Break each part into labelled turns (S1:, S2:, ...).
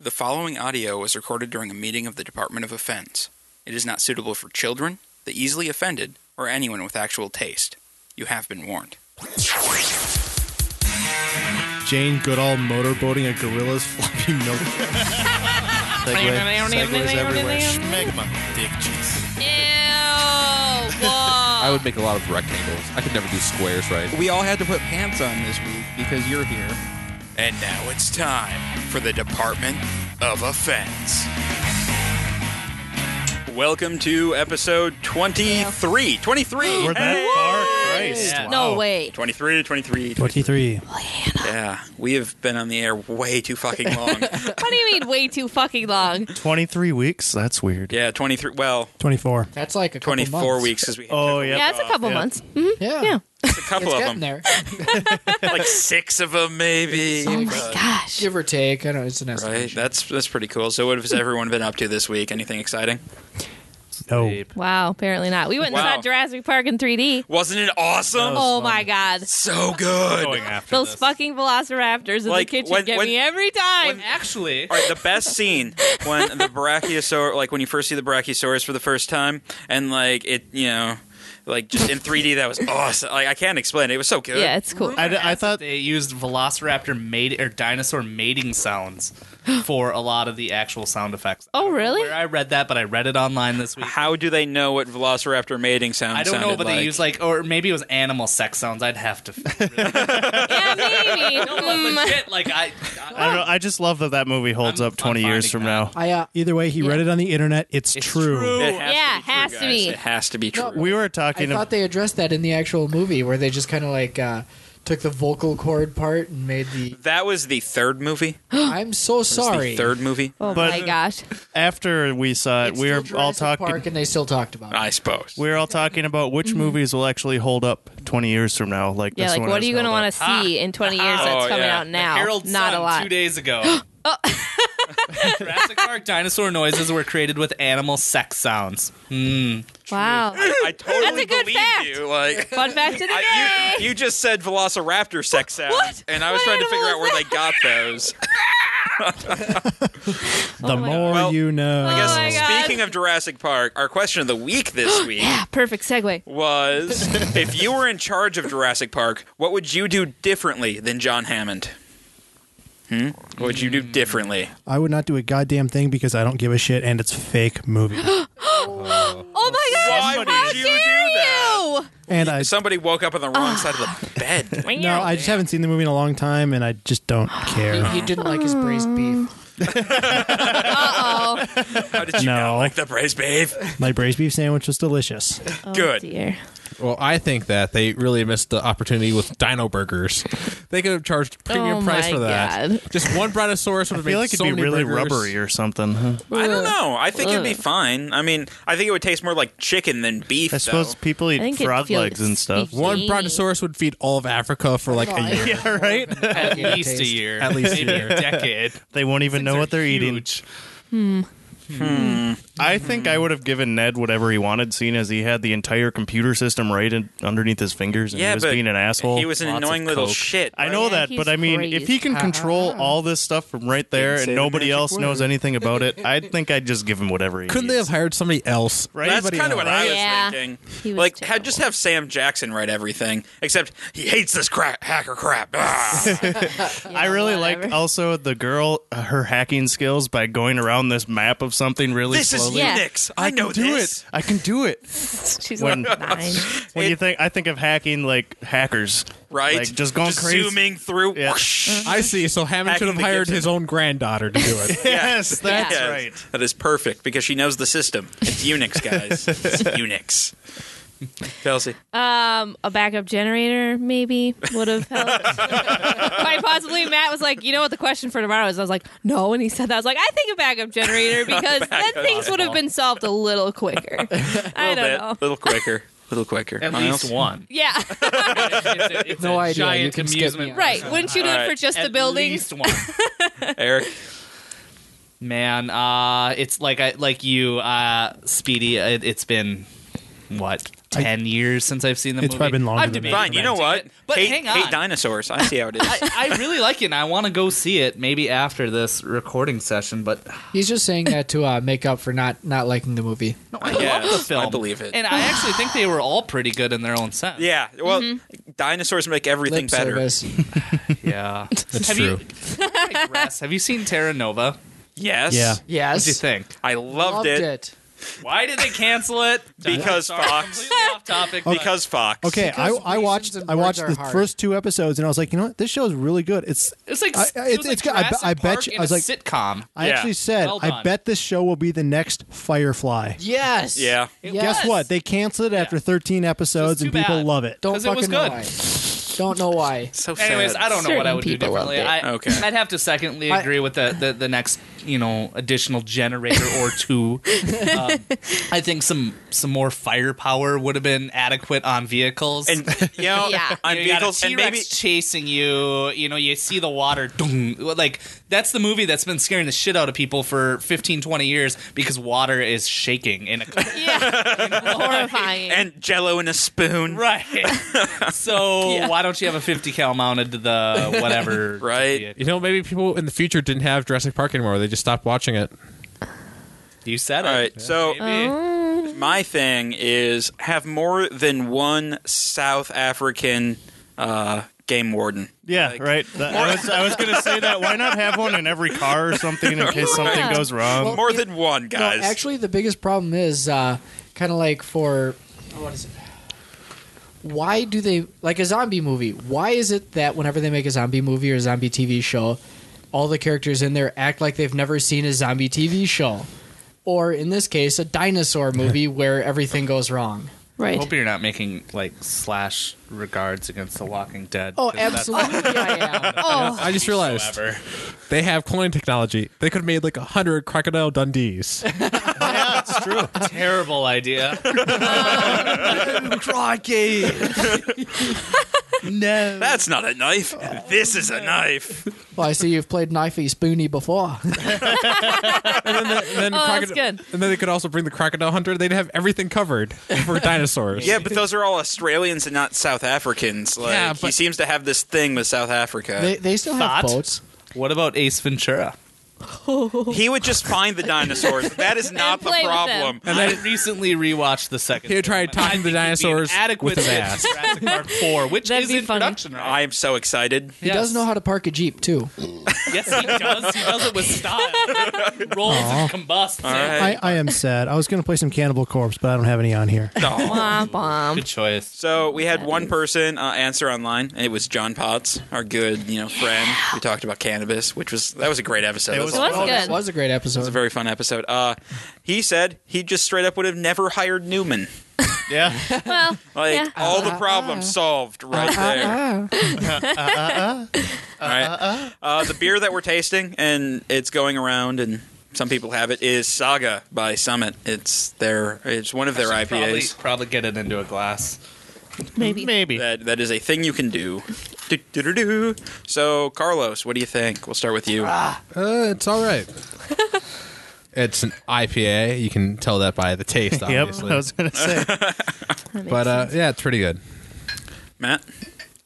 S1: The following audio was recorded during a meeting of the Department of Offense. It is not suitable for children, the easily offended, or anyone with actual taste. You have been warned.
S2: Jane Goodall motorboating a gorilla's floppy milk. Segway- segues everywhere.
S3: Magma. Dick cheese.
S4: Ew! Whoa!
S5: I would make a lot of rectangles. I could never do squares right.
S1: We all had to put pants on this week because you're here. And now it's time for the Department of Offense. Welcome to episode 23. 23!
S3: We're that far? Christ.
S4: no
S3: wow.
S4: wait.
S1: 23, 23.
S6: 23.
S1: Yeah, we have been on the air way too fucking long.
S4: What do you mean way too fucking long?
S2: 23 weeks? That's weird.
S1: yeah, 23. Well,
S6: 24.
S7: That's like a couple
S1: 24
S7: months.
S1: weeks because we had
S3: Oh, yeah.
S4: yeah, it's a couple months. Mhm.
S7: Yeah,
S4: Yeah.
S1: a couple
S7: it's
S1: of
S7: getting
S1: them.
S7: there,
S1: Like six of them, maybe.
S4: Oh my gosh.
S7: give or take. I don't. know. It's an
S1: Right,
S7: estimation.
S1: that's that's pretty cool. So, what has everyone been up to this week? Anything exciting?
S6: No.
S4: Wow, apparently not. We went and
S1: Wow.
S4: saw Jurassic Park in 3D.
S1: Wasn't it awesome?
S4: Oh my god.
S1: So good.
S3: Going after
S4: Those
S3: this.
S4: fucking velociraptors in
S1: Like,
S4: the kitchen
S1: when-
S4: get
S1: when-
S4: me every time.
S5: Actually,
S1: All right, the best scene when the brachiosaur, like when you first see the brachiosaurus for the first time, and like it, you know, like just in 3D, that was awesome. Like I can't explain it. It was so good.
S4: yeah, it's cool.
S2: I, d- I thought
S8: they used velociraptor mate or dinosaur mating sounds for a lot of the actual sound effects. I
S4: Oh,
S8: don't know
S4: really?
S8: Where I read that, but I read it online this week.
S1: How do they know what Velociraptor mating sound?
S8: I don't know,
S1: sounded
S8: but they use like, or maybe it was animal sex sounds. I'd have to.
S4: yeah, maybe. Mm.
S8: Legit, like I, I
S2: I don't know. I just love that that movie holds
S8: I'm-
S2: up 20
S8: I'm
S2: years
S8: finding
S2: from
S8: that.
S2: now.
S7: I uh,
S6: Either way, he read it on the internet. It's, true.
S1: It
S4: Yeah, has to
S1: guys.
S4: be.
S1: It has to be true.
S2: We were
S7: I
S2: talking
S7: thought
S2: about
S7: they addressed that in the actual movie where they just kind of like uh, took the vocal cord part and made the
S1: that was the third movie.
S7: I'm so
S1: It was
S7: sorry.
S1: the third movie.
S4: Oh
S2: But-
S4: my gosh.
S2: after we saw it,
S7: It's
S2: we
S7: still
S2: were all
S7: Jurassic
S2: talking
S7: Park and they still talked about it. Mm-hmm.
S1: I suppose.
S2: we were all talking about which movies will actually hold up 20 years from now. Like
S4: Yeah,
S2: this
S4: like
S2: one
S4: what are you
S2: going
S4: going to want to see in 20 years that's
S1: Oh,
S4: coming
S1: yeah.
S4: out now?
S8: Harold
S4: not
S8: Sun,
S4: a lot. Oh.
S8: Two days ago. Jurassic Park dinosaur noises were created with animal sex sounds. Hmm.
S4: Wow.
S1: I totally
S4: That's a good
S1: believe
S4: fact.
S1: you. Like
S4: Fun fact of the
S1: I,
S4: day.
S1: you, you just said Velociraptor sex sounds,
S4: What?
S1: and I was
S4: What
S1: trying to
S4: animal
S1: figure out where
S4: is
S1: they got those.
S6: The
S4: Oh my
S6: more
S1: God.
S6: you know.
S4: I guess- Oh my God.
S1: Speaking of Jurassic Park, our question of the week this week
S4: yeah, perfect segue.
S1: was: If you were in charge of Jurassic Park, what would you do differently than John Hammond? Hmm? What would you do differently?
S6: I would not do a goddamn thing because I don't give a shit and it's a fake movie.
S4: Oh my gosh.
S1: Why would
S4: how
S1: you do
S4: dare
S1: that?
S4: you?
S6: and I
S1: Somebody woke up on the wrong side of the bed.
S6: no, I just haven't seen the movie in a long time and I just don't care.
S7: He didn't like his braised beef.
S4: Uh oh.
S1: How did you
S6: No.
S1: not like the braised beef?
S6: My braised beef sandwich was delicious.
S1: Good.
S4: Oh, Dear.
S5: well, I think that they really missed the opportunity with Dino Burgers. They could have charged premium
S4: Oh
S5: price
S4: my
S5: for that.
S4: God.
S5: Just one Brontosaurus would
S2: I
S5: have
S2: feel
S5: made
S2: like it'd
S5: so
S2: be
S5: many
S2: really
S5: burgers.
S2: rubbery or something. huh?
S1: I don't know. I think it'd be
S4: Ugh.
S1: fine. I mean, I think it would taste more like chicken than beef.
S2: I suppose
S1: though.
S2: people eat
S4: think it
S2: frog
S4: feels
S2: legs and stuff.
S4: speak-
S5: One
S4: Gee.
S5: Brontosaurus would feed all of Africa for like a year.
S7: yeah, right.
S8: At least a year.
S2: At least a
S8: maybe
S2: year.
S8: a decade.
S2: They won't even know
S8: They're
S2: what they're eating.
S8: huge.
S1: Hmm.
S2: I think I would have given Ned whatever he wanted, seeing as he had the entire computer system right in, underneath his fingers, and
S1: Yeah,
S2: he was
S1: but
S2: being an asshole.
S1: He was an
S5: Lots of
S1: annoying little
S5: Coke.
S1: shit.
S2: I know
S4: Oh, Yeah,
S2: that,
S4: he's
S2: but I mean,
S4: crazy.
S2: if he can control all this stuff from right there
S1: Didn't say
S2: and
S1: the
S2: nobody
S1: magic
S2: else knows anything about it, I think I'd just give him whatever. He
S5: Couldn't they have
S2: needs.
S5: hired somebody else?
S2: Right?
S1: That's kind of what I was
S4: Yeah.
S1: thinking.
S4: He was
S1: like, ha- just
S4: terrible.
S1: have Sam Jackson write everything, except he hates this crap, hacker crap. Ah.
S2: I really like
S4: whatever.
S2: also the girl uh, her hacking skills by going around this map of something really
S1: this is
S2: slowly.
S4: Yeah.
S1: Unix. I, know
S5: Do
S1: this.
S5: it. I can do it.
S4: She's
S2: When-
S4: like nine.
S2: when
S1: it-
S2: you think I think of hacking like hackers,
S1: Right?
S2: Like just going crazy.
S1: Zooming through.
S2: Yeah.
S1: Whoosh.
S5: I see. So Hammond
S1: Hacking
S5: should have
S1: the
S5: hired
S1: kitchen.
S5: his own granddaughter to do it.
S2: Yes, that's
S4: Yeah.
S2: right.
S1: That is perfect because she knows the system. It's Unix, guys. It's Unix. Kelsey.
S4: Um, a backup generator maybe would have helped. Quite possibly. Matt was like, "You know what the question for tomorrow is?" I was like, "No," and he said that. I was like, "I think a backup generator because then things would have been solved a little quicker." I
S1: a
S4: don't
S1: little bit.
S4: know.
S1: little quicker. A little quicker.
S8: At
S1: Miles?
S8: least one.
S4: Yeah,
S8: It's a, it's
S7: No
S8: a
S7: idea. You
S8: Giant
S7: can skip
S8: amusement.
S7: me.
S4: right. Wouldn't you do it
S1: All
S4: for
S1: right.
S4: just
S8: At
S4: the buildings?
S8: least one.
S1: Eric.
S8: Man, uh, it's like I like you, uh, Speedy. It, it's been what ten years since I've seen the
S6: It's
S8: movie.
S6: probably been longer
S8: I've
S6: than that.
S8: debated
S1: Fine, you know
S8: renting
S1: what?
S8: it, But
S1: hate,
S8: hang on,
S1: hate dinosaurs. I see how it is.
S8: I, I really like it, and I want to go see it maybe after this recording session. But
S7: He's just saying that to uh, make up for not not liking the movie.
S8: no, I
S1: guess.
S8: love the film.
S1: I believe it.
S8: and I actually think they were all pretty good in their own sense.
S1: yeah. Well, dinosaurs make everything
S7: Lip
S1: better.
S7: service.
S8: yeah. That's have
S5: true.
S8: You, I digress. have you seen Terra Nova?
S1: Yes.
S6: Yeah.
S8: What do you
S7: Yes,
S8: think?
S1: I loved, it,
S8: Why did they cancel it?
S1: because
S8: Sorry,
S1: Fox.
S8: completely off topic. but-
S1: Because Fox.
S6: Okay, I,
S7: Because
S6: I watched
S7: reasons and
S6: I watched
S7: words are
S6: the
S7: hard.
S6: first two episodes and I was like, you know what, this show is really good. It's
S8: it's like
S6: I- I-
S8: it
S6: it's-
S8: was like
S6: it's got- I bet-
S8: Jurassic
S6: I bet
S8: Park
S6: you-
S8: in
S6: I was
S8: a
S6: like-
S8: sitcom.
S6: I
S1: Yeah.
S6: actually said
S8: Well done.
S6: I bet this show will be the next Firefly.
S7: Yes.
S1: Yeah.
S6: Guess
S7: Yes.
S6: what? They canceled it after 13 episodes
S8: Just
S6: and
S8: too
S6: people
S8: bad.
S6: love it.
S7: Don't
S8: 'Cause it was
S7: fucking know
S8: good.
S7: why. Don't know why.
S1: So
S8: Anyways, I don't know what I
S4: Certain
S8: would do
S4: people loved
S8: differently.
S4: it.
S8: I,
S1: Okay.
S8: I'd have to secondly
S7: I-
S8: agree with the, the, the next, you know, additional generator or two. um, I think some some more firepower would have been adequate on vehicles.
S1: And you know,
S4: Yeah.
S1: on
S8: you
S1: vehicles,
S8: got a
S1: and
S8: T-Rex
S1: maybe
S8: chasing you. You know, you see the water. Dung, like that's the movie that's been scaring the shit out of people for 15, 20 years because water is shaking in a
S4: Yeah. Horrifying.
S1: and Jello and a spoon.
S8: right. so
S4: Yeah.
S8: why don't you have a fifty cal mounted to the whatever?
S1: Right.
S8: vehicle?
S5: You know, maybe people in the future didn't have Jurassic Park anymore. They just stopped watching it.
S8: You said it.
S1: All right. So
S8: Maybe.
S4: Oh.
S1: my thing is have more than one South African uh, game warden.
S2: Yeah, right. That- I was I was gonna say that. Why not have one in every car or something in case something
S4: Yeah.
S2: goes wrong?
S1: More than one,
S7: No,
S1: guys.
S7: actually, the biggest problem is uh, kind of like for oh, what is it? Why do they like a zombie movie? Why is it that whenever they make a zombie movie or a zombie TV show, all the characters in there act like they've never seen a zombie TV show, or in this case, a dinosaur movie where everything goes wrong?
S4: right.
S8: Hope you're not making like slash regards against The Walking Dead.
S7: Oh,
S8: 'cause that's-
S7: absolutely, I am.
S4: Oh,
S5: I just realized
S8: Whatsoever.
S5: they have cloning technology. They could have made like a hundred crocodile Dundees.
S2: yeah, it's true.
S8: Terrible idea.
S2: Crikey! no.
S1: That's not a knife.
S4: Oh,
S1: This is a knife.
S7: Well, I see you've played Knifey Spoony before.
S5: And then
S4: Oh, that's
S5: crocod-
S4: good.
S5: And then they could also bring the crocodile hunter. They'd have everything covered for dinosaurs.
S1: Yeah, but those are all Australians and not South Africans. Like
S5: Yeah,
S1: he
S5: but-
S1: seems to have this thing with South Africa.
S7: They, they still
S8: Thought?
S7: have boats.
S8: what about Ace Ventura?
S1: he would just find the dinosaurs. That is not the
S4: play with
S1: problem.
S8: And I recently rewatched the second.
S5: He would try
S8: one, and I
S5: talking to
S8: think it'd be
S5: dinosaurs
S8: an
S5: with
S8: adequate
S5: his
S8: fit
S5: ass.
S8: for Jurassic Park Four, which
S4: That'd
S8: is
S4: be
S8: in
S4: funny.
S8: production right.
S1: I am so excited.
S7: He does know how to park a jeep too.
S8: Yes, he does. He does it with style. Rolls and combusts.
S1: All
S8: it.
S1: right.
S6: I, I am sad. I was going to play some Cannibal Corpse, but I don't have any on here.
S4: Womp womp.
S8: Good choice.
S1: So we had one person uh, answer online, and it was John Potts, our good you know friend. We talked about cannabis, which was that was a great episode. That
S2: was
S1: a
S4: It was
S1: lot of-
S7: That
S4: good.
S7: was a great
S1: It was a
S7: episode.
S1: very fun episode. Uh, he said he just straight up would have never hired Newman.
S2: Yeah.
S4: Well,
S1: Like
S4: Yeah. Uh-huh.
S1: all the problems solved right there. Uh, All right. Uh, the beer that we're tasting and it's going around and some people have it is Saga by Summit. It's their it's one of their
S8: Probably,
S1: IPAs.
S8: probably get it into a glass.
S4: maybe.
S2: Maybe.
S1: That that is a thing you can do. Do-do-do-do. So Carlos, what do you think? We'll start with you.
S4: Ah.
S5: Uh, it's all right. it's an IPA. You can tell that by the taste,
S2: Yep.
S5: obviously.
S2: I was gonna say.
S5: but uh, yeah, it's pretty good.
S1: Matt.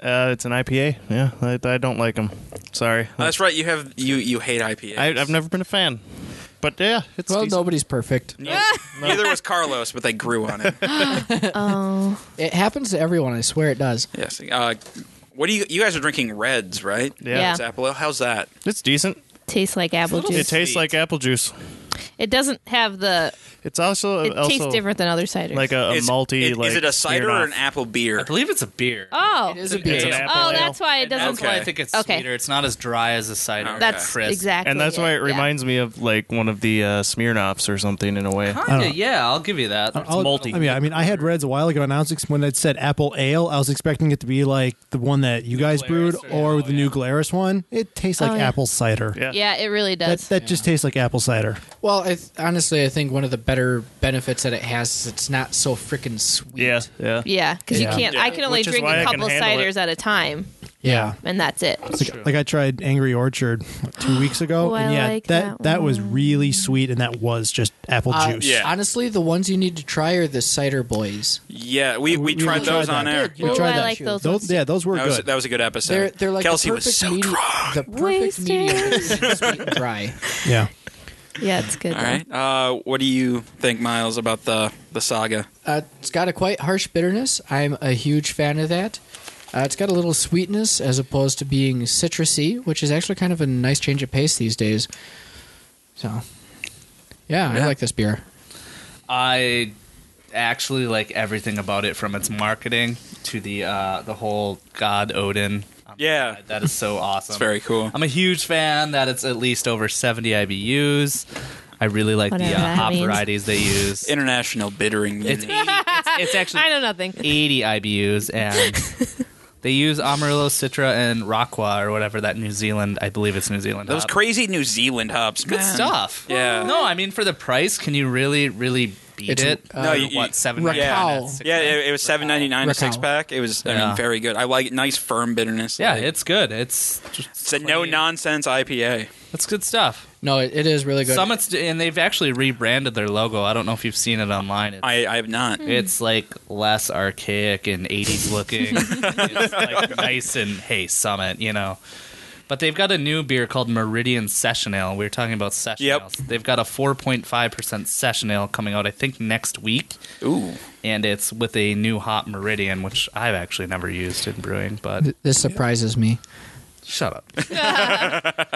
S2: Uh, it's an IPA. Yeah, I, I don't like them. Sorry.
S1: Oh, that's right. You have you you hate IPAs.
S2: I, I've never been a fan. But yeah, it's
S7: Well,
S2: decent.
S7: nobody's perfect.
S1: Neither was Carlos, but they grew on Uh, it.
S4: Oh,
S7: It happens to everyone. I swear it does.
S1: Yes. Uh, what do you you guys are drinking reds, right?
S2: Yeah.
S4: Yeah.
S1: It's apple ale. How's that?
S2: It's decent.
S4: tastes like apple
S8: It's a
S4: juice.
S8: little
S2: It tastes
S8: Sweet.
S2: like apple juice.
S4: It doesn't have the.
S2: It's also
S4: It
S2: also
S4: tastes different than other ciders.
S2: Like a, a
S1: Is-
S2: malty.
S1: it-
S2: like
S1: is it a cider
S2: Smirnoff.
S1: or an apple beer?
S8: I believe it's a beer.
S4: oh,
S7: It is a
S8: It's an
S7: beer.
S2: an apple
S4: oh,
S2: ale.
S4: that's why it
S8: And that's
S4: doesn't.
S8: why I think it's
S4: Okay.
S8: sweeter. It's not as dry as a cider.
S1: Okay.
S4: That's
S8: crisp.
S4: exactly.
S2: And that's why it
S4: yeah.
S2: reminds me of like one of the uh, Smirnoffs or something in a way.
S5: Uh,
S8: Kinda, yeah, I'll give you that.
S6: I'll-
S2: malty.
S6: I mean, I mean, I had Reds a while ago, and I was ex- when it said apple ale, I was expecting it to be like the one that you guys
S8: Glarus
S6: brewed or
S8: or- oh,
S6: the new Glarus one. It tastes like
S4: Oh, yeah.
S6: apple cider.
S2: Yeah.
S4: Yeah, it really
S6: That,
S4: does.
S6: that just tastes like apple cider.
S7: Well, I th- honestly, I think one of the better benefits that it has is it's not so freaking sweet.
S2: Yeah, yeah.
S4: yeah, because
S6: Yeah.
S4: you can't. I can only
S2: Which is
S4: drink
S2: why
S4: a
S2: I can
S4: couple
S2: handle
S4: ciders at a time.
S5: Yeah.
S4: and that's it.
S6: Like, like I tried Angry Orchard two weeks ago,
S4: Oh, I
S6: and yeah,
S4: like
S6: that
S4: that
S6: that, was really sweet, and that was just apple
S7: Uh,
S6: juice.
S1: Yeah.
S7: Honestly, the ones you need to try are the cider boys.
S1: Yeah, we, we,
S6: we
S1: tried
S6: tried
S1: those
S6: that.
S1: on air.
S6: We
S4: Ooh,
S7: Oh,
S6: tried
S4: Oh, I
S6: that.
S4: like those.
S6: Those,
S4: ones.
S6: yeah, those were
S1: That was,
S6: good.
S1: that was a good episode.
S7: They're they're like
S1: Kelsey
S7: the
S1: was
S7: perfect
S1: so
S7: medium,
S1: drunk.
S7: the perfect
S4: Wasted.
S7: medium between sweet and dry.
S6: yeah,
S4: yeah, it's good.
S1: All
S4: though.
S1: right. Uh, what do you think, Miles, about the the saga?
S7: Uh, it's got a quite harsh bitterness. I'm a huge fan of that. Uh, it's got a little sweetness as opposed to being citrusy, which is actually kind of a nice change of pace these days. So, yeah, I like this beer.
S8: I actually like everything about it from its marketing to the uh, the whole God Odin. Um,
S1: Yeah,
S8: That is so awesome.
S1: it's very cool.
S8: I'm a huge fan that it's at least over 70 IBUs. I really like the
S4: Whatever
S8: uh,
S4: that
S8: hop
S4: means.
S8: varieties they use.
S1: International bittering.
S8: It's 80,
S1: Unit.
S8: it's, it's actually
S4: I know nothing.
S8: 80 IBUs and they use Amarillo, Citra, and Raqua or whatever that New Zealand. I believe it's New Zealand.
S1: Those
S8: hop.
S1: crazy New Zealand hops.
S8: good
S1: man.
S8: stuff.
S1: Yeah.
S8: No, I mean for the price, can you really, really beat
S7: It's,
S8: it?
S7: uh,
S1: No, you-
S8: what seven?
S7: Raquel.
S8: ninety-nine, six
S1: Yeah,
S8: ninety?
S1: it, it was seven ninety nine a
S7: Raquel.
S1: six pack. It was I
S8: Yeah.
S1: mean very good. I like it. nice firm bitterness.
S8: yeah,
S1: Like,
S8: it's good. It's just
S1: it's a no nonsense IPA.
S8: That's good stuff.
S7: No, it, it is really good.
S8: Summits, and they've actually rebranded their logo. I don't know if you've seen it online. It's,
S1: I I have not.
S8: it's like less archaic and 80s looking. it's like nice and hey, Summit, you know. But they've got a new beer called Meridian Session Ale. We were talking about session
S1: Yep.
S8: ales. They've got a 4.5% session ale coming out, I think, next week.
S1: Ooh,
S8: And it's with a new hop Meridian, which I've actually never used in brewing, but
S7: Th- this surprises me.
S8: shut up.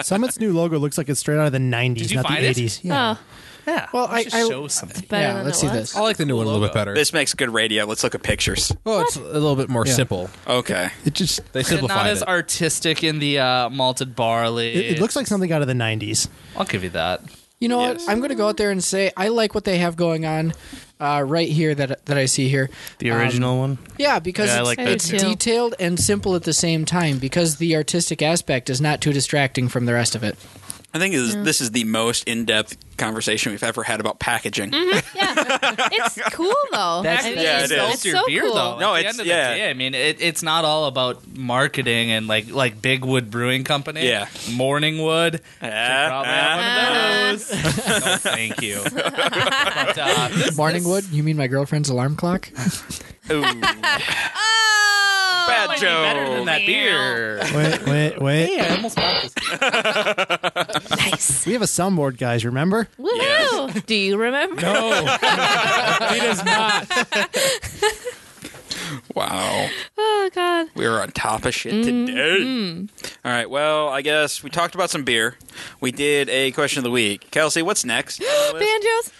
S6: Summit's new logo looks like it's straight out of the '90s,
S8: you
S6: not the
S8: find it?
S6: '80s. Yeah.
S4: Oh,
S8: Yeah.
S7: Well,
S8: let's
S7: I-
S8: just
S7: I-
S8: show something.
S4: better
S7: yeah,
S4: than
S7: let's
S4: it
S7: see
S4: was.
S7: this.
S5: I like the new one a little bit better.
S1: this makes good radio. Let's look at pictures.
S5: oh, it's a little bit more simple.
S1: Okay,
S6: It just
S5: They
S8: not
S5: simplified
S8: as
S5: it.
S8: artistic in the uh, malted barley.
S6: it, it looks like something out of the '90s.
S8: I'll give you that.
S7: You know
S1: Yes.
S7: what? I'm going to go out there and say I like what they have going on uh, right here that that I see here.
S2: The
S7: Um,
S2: original one.
S7: Yeah, because
S2: Yeah, I
S7: it's,
S2: like
S4: I do
S7: it's
S4: too.
S7: detailed and simple at the same time because the artistic aspect is not too distracting from the rest of it.
S1: I think this, this is the most in depth conversation we've ever had about packaging.
S4: Yeah, it's cool though.
S8: That's
S4: I mean,
S1: yeah,
S4: it's,
S1: it is.
S4: it's so cool.
S8: though.
S1: No,
S8: At
S1: it's-
S8: the end
S1: yeah.
S8: of the day, I mean, it, it's not all about marketing and like like Big Wood Brewing Company.
S1: Yeah.
S8: Morning Wood. Should
S1: Ah,
S8: probably
S4: uh,
S1: ah.
S8: have one of those. no, Oh, thank you. But, uh, this-
S7: Morningwood, you mean my girlfriend's alarm clock?
S1: Ooh,
S4: Oh,
S1: bad
S4: it's
S8: better than
S1: joke.
S8: that beer.
S6: Wait, wait, wait.
S8: Hey, I almost bought this. beer.
S4: Nice.
S6: We have a soundboard, guys. Remember?
S4: Woohoo! Do you remember?
S5: No, he does not.
S1: Wow,
S4: Oh God.
S1: we are on top of shit today. All right, well, I guess we talked about some beer. We did a question of the week. Kelsey, what's next?
S4: Banjos.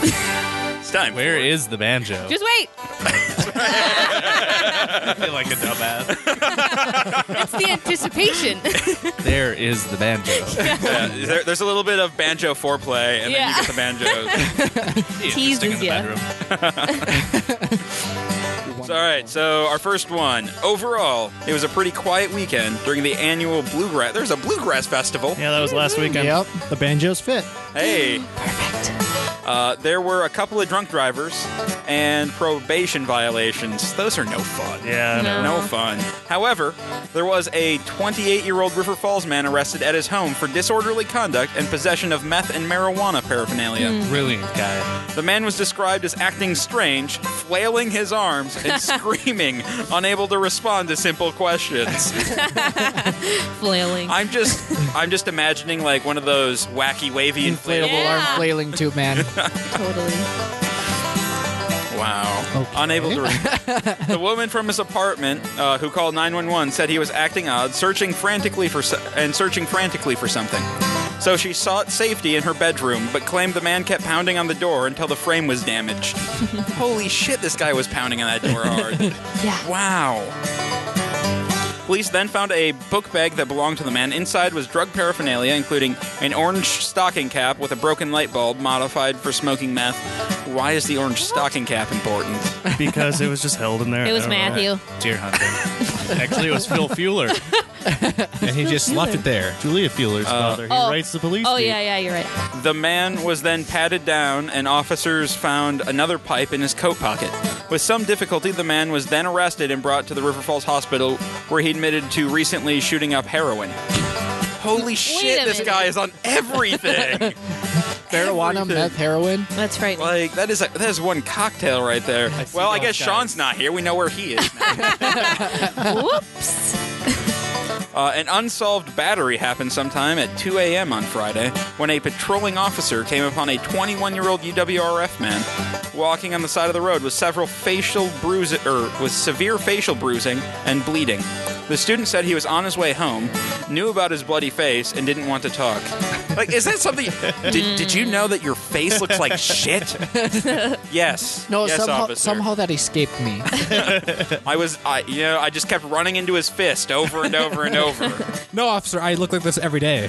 S1: It's time.
S8: Where
S1: for-
S8: is the banjo?
S4: Just wait.
S8: I feel like a dumbass.
S4: It's the anticipation.
S8: there is the banjo.
S1: Yeah, there, there's a little bit of banjo foreplay, and
S4: Yeah.
S1: then you get the banjos.
S4: Teases
S8: Interesting in the
S4: ya.
S8: bedroom.
S1: So, all right, so our first one. Overall, it was a pretty quiet weekend during the annual bluegrass. There's a bluegrass festival.
S2: Yeah, that was last weekend.
S6: Yep. The banjos fit.
S1: Hey,
S4: Perfect.
S1: uh, there were a couple of drunk drivers and probation violations. Those are no fun.
S2: Yeah, I know.
S1: No fun. However, there was a 28 year old River Falls man arrested at his home for disorderly conduct and possession of meth and marijuana paraphernalia.
S4: Hmm.
S8: Brilliant guy.
S1: The man was described as acting strange, flailing his arms, and screaming, unable to respond to simple questions.
S4: Flailing.
S1: I'm just I'm just imagining like one of those wacky wavy
S7: Inflatable
S1: inflatable.
S4: Yeah.
S7: arm flailing tube man.
S4: totally.
S1: Wow. Unable to. Re- the woman from his apartment uh, who called 911 said he was acting odd, searching frantically for so- and searching frantically for something. So she sought safety in her bedroom, but claimed the man kept pounding on the door until the frame was damaged. Holy shit! This guy was pounding on that door hard.
S4: Yeah.
S1: Wow. Police then found a book bag that belonged to the man. Inside was drug paraphernalia, including an orange stocking cap with a broken light bulb modified for smoking meth. Why is the orange stocking cap important?
S2: Because it was just held in there.
S4: It was
S2: I don't know.
S4: Matthew.
S8: Deer hunting.
S2: Actually, it was Phil Fueler.
S5: and he just left it there.
S2: Julia Fueller's
S1: Uh,
S2: father. He
S4: oh.
S2: writes the police.
S4: Oh
S2: beat.
S4: yeah, yeah, you're right.
S1: The man was then patted down, and officers found another pipe in his coat pocket. With some difficulty, the man was then arrested and brought to the River Falls Hospital, where he admitted to recently shooting up heroin. Holy shit,
S4: a
S1: this
S4: minute.
S1: guy is on everything!
S7: Marijuana, meth, heroin.
S4: That's frightening.
S1: like, that is, a, that is one cocktail right there. well, I
S8: those
S1: guess
S8: guys.
S1: Sean's not here. We know where he is now.
S4: Whoops.
S1: Uh, an unsolved battery happened sometime at 2 a.m. on Friday when a patrolling officer came upon a 21 year old UWRF man walking on the side of the road with several facial bruises, er, with severe facial bruising and bleeding. The student said he was on his way home, knew about his bloody face, and didn't want to talk. Like, is that something? did, did you know that your face looks like shit? yes.
S7: No,
S1: yes,
S7: somehow
S1: officer.
S7: somehow that escaped me.
S1: I was, I, you know, I just kept running into his fist over and over and over.
S5: No, officer, I look like this every day.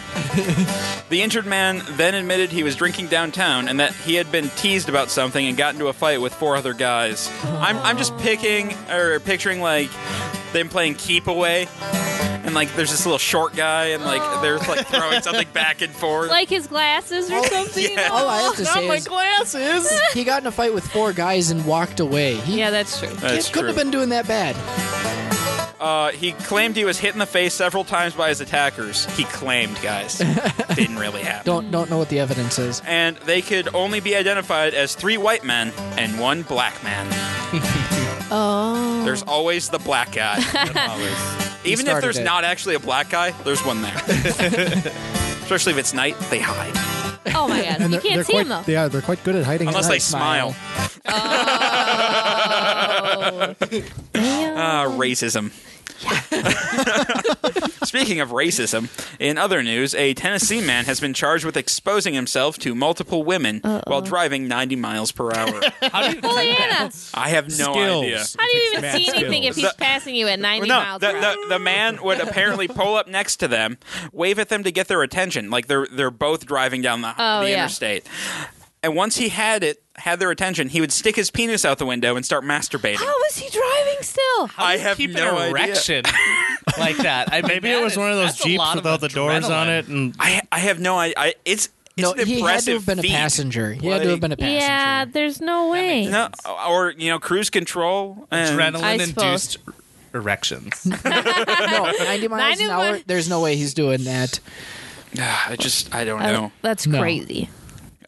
S1: The injured man then admitted he was drinking downtown and that he had been teased about something and got into a fight with four other guys. I'm, I'm just picking or picturing like them playing keep away and like there's this little short guy and like they're like throwing something back and forth.
S4: Like his glasses or something. Oh,
S1: yeah.
S7: Oh, All I have to say is
S8: glasses.
S7: he got in a fight with four guys and walked away. He
S4: Yeah, that's true.
S1: That's
S7: couldn't
S1: true.
S7: have been doing that bad.
S1: Uh, he claimed he was hit in the face several times by his attackers. He claimed, guys. Didn't really happen.
S7: Don't don't know what the evidence is.
S1: and they could only be identified as three white men and one black man.
S4: Oh.
S1: There's always the black guy. Even if
S7: started
S1: there's
S7: it.
S1: not actually a black guy, there's one there. Especially if it's night, they hide.
S4: Oh my god.
S6: And
S4: you
S6: they're,
S4: can't
S6: they're
S4: see
S6: quite,
S4: him though.
S6: They are. They're quite good at hiding.
S1: Unless
S6: at
S1: they
S6: night.
S1: smile.
S4: Oh. Damn.
S1: Ah, racism. Speaking of racism, in other news, a Tennessee man has been charged with exposing himself to multiple women while driving 90 miles per hour.
S4: Juliana,
S1: I have no
S5: Skills.
S1: idea.
S4: how do you even see anything if he's
S1: The-
S4: passing you at 90
S1: no,
S4: miles
S1: the,
S4: per hour?
S1: the, the man would apparently pull up next to them, wave at them to get their attention, like they're they're both driving down the,
S4: Oh,
S1: the
S4: yeah.
S1: interstate. And once he had it, had their attention, he would stick his penis out the window and start masturbating.
S4: How is he driving still?
S1: I have
S8: keep an
S1: no idea.
S8: erection like that. I mean,
S2: Maybe it
S8: that
S2: was
S8: is-
S2: one of those
S8: that's a
S2: jeeps
S8: lot of
S2: without the doors on
S8: adrenaline.
S2: it, and
S1: I I have no idea. I, it's it's
S7: no,
S1: an
S7: he had to
S1: impressive
S7: have been
S1: feat.
S7: a passenger. He had to have been a passenger.
S4: Yeah, there's no way.
S1: No, or you know, cruise control and
S4: I
S8: adrenaline-induced erections.
S7: no, 90 miles
S4: 90
S7: an hour.
S4: mi-
S7: There's no way he's doing that.
S1: I just I don't
S4: Uh,
S1: know.
S4: That's
S7: No.
S4: crazy.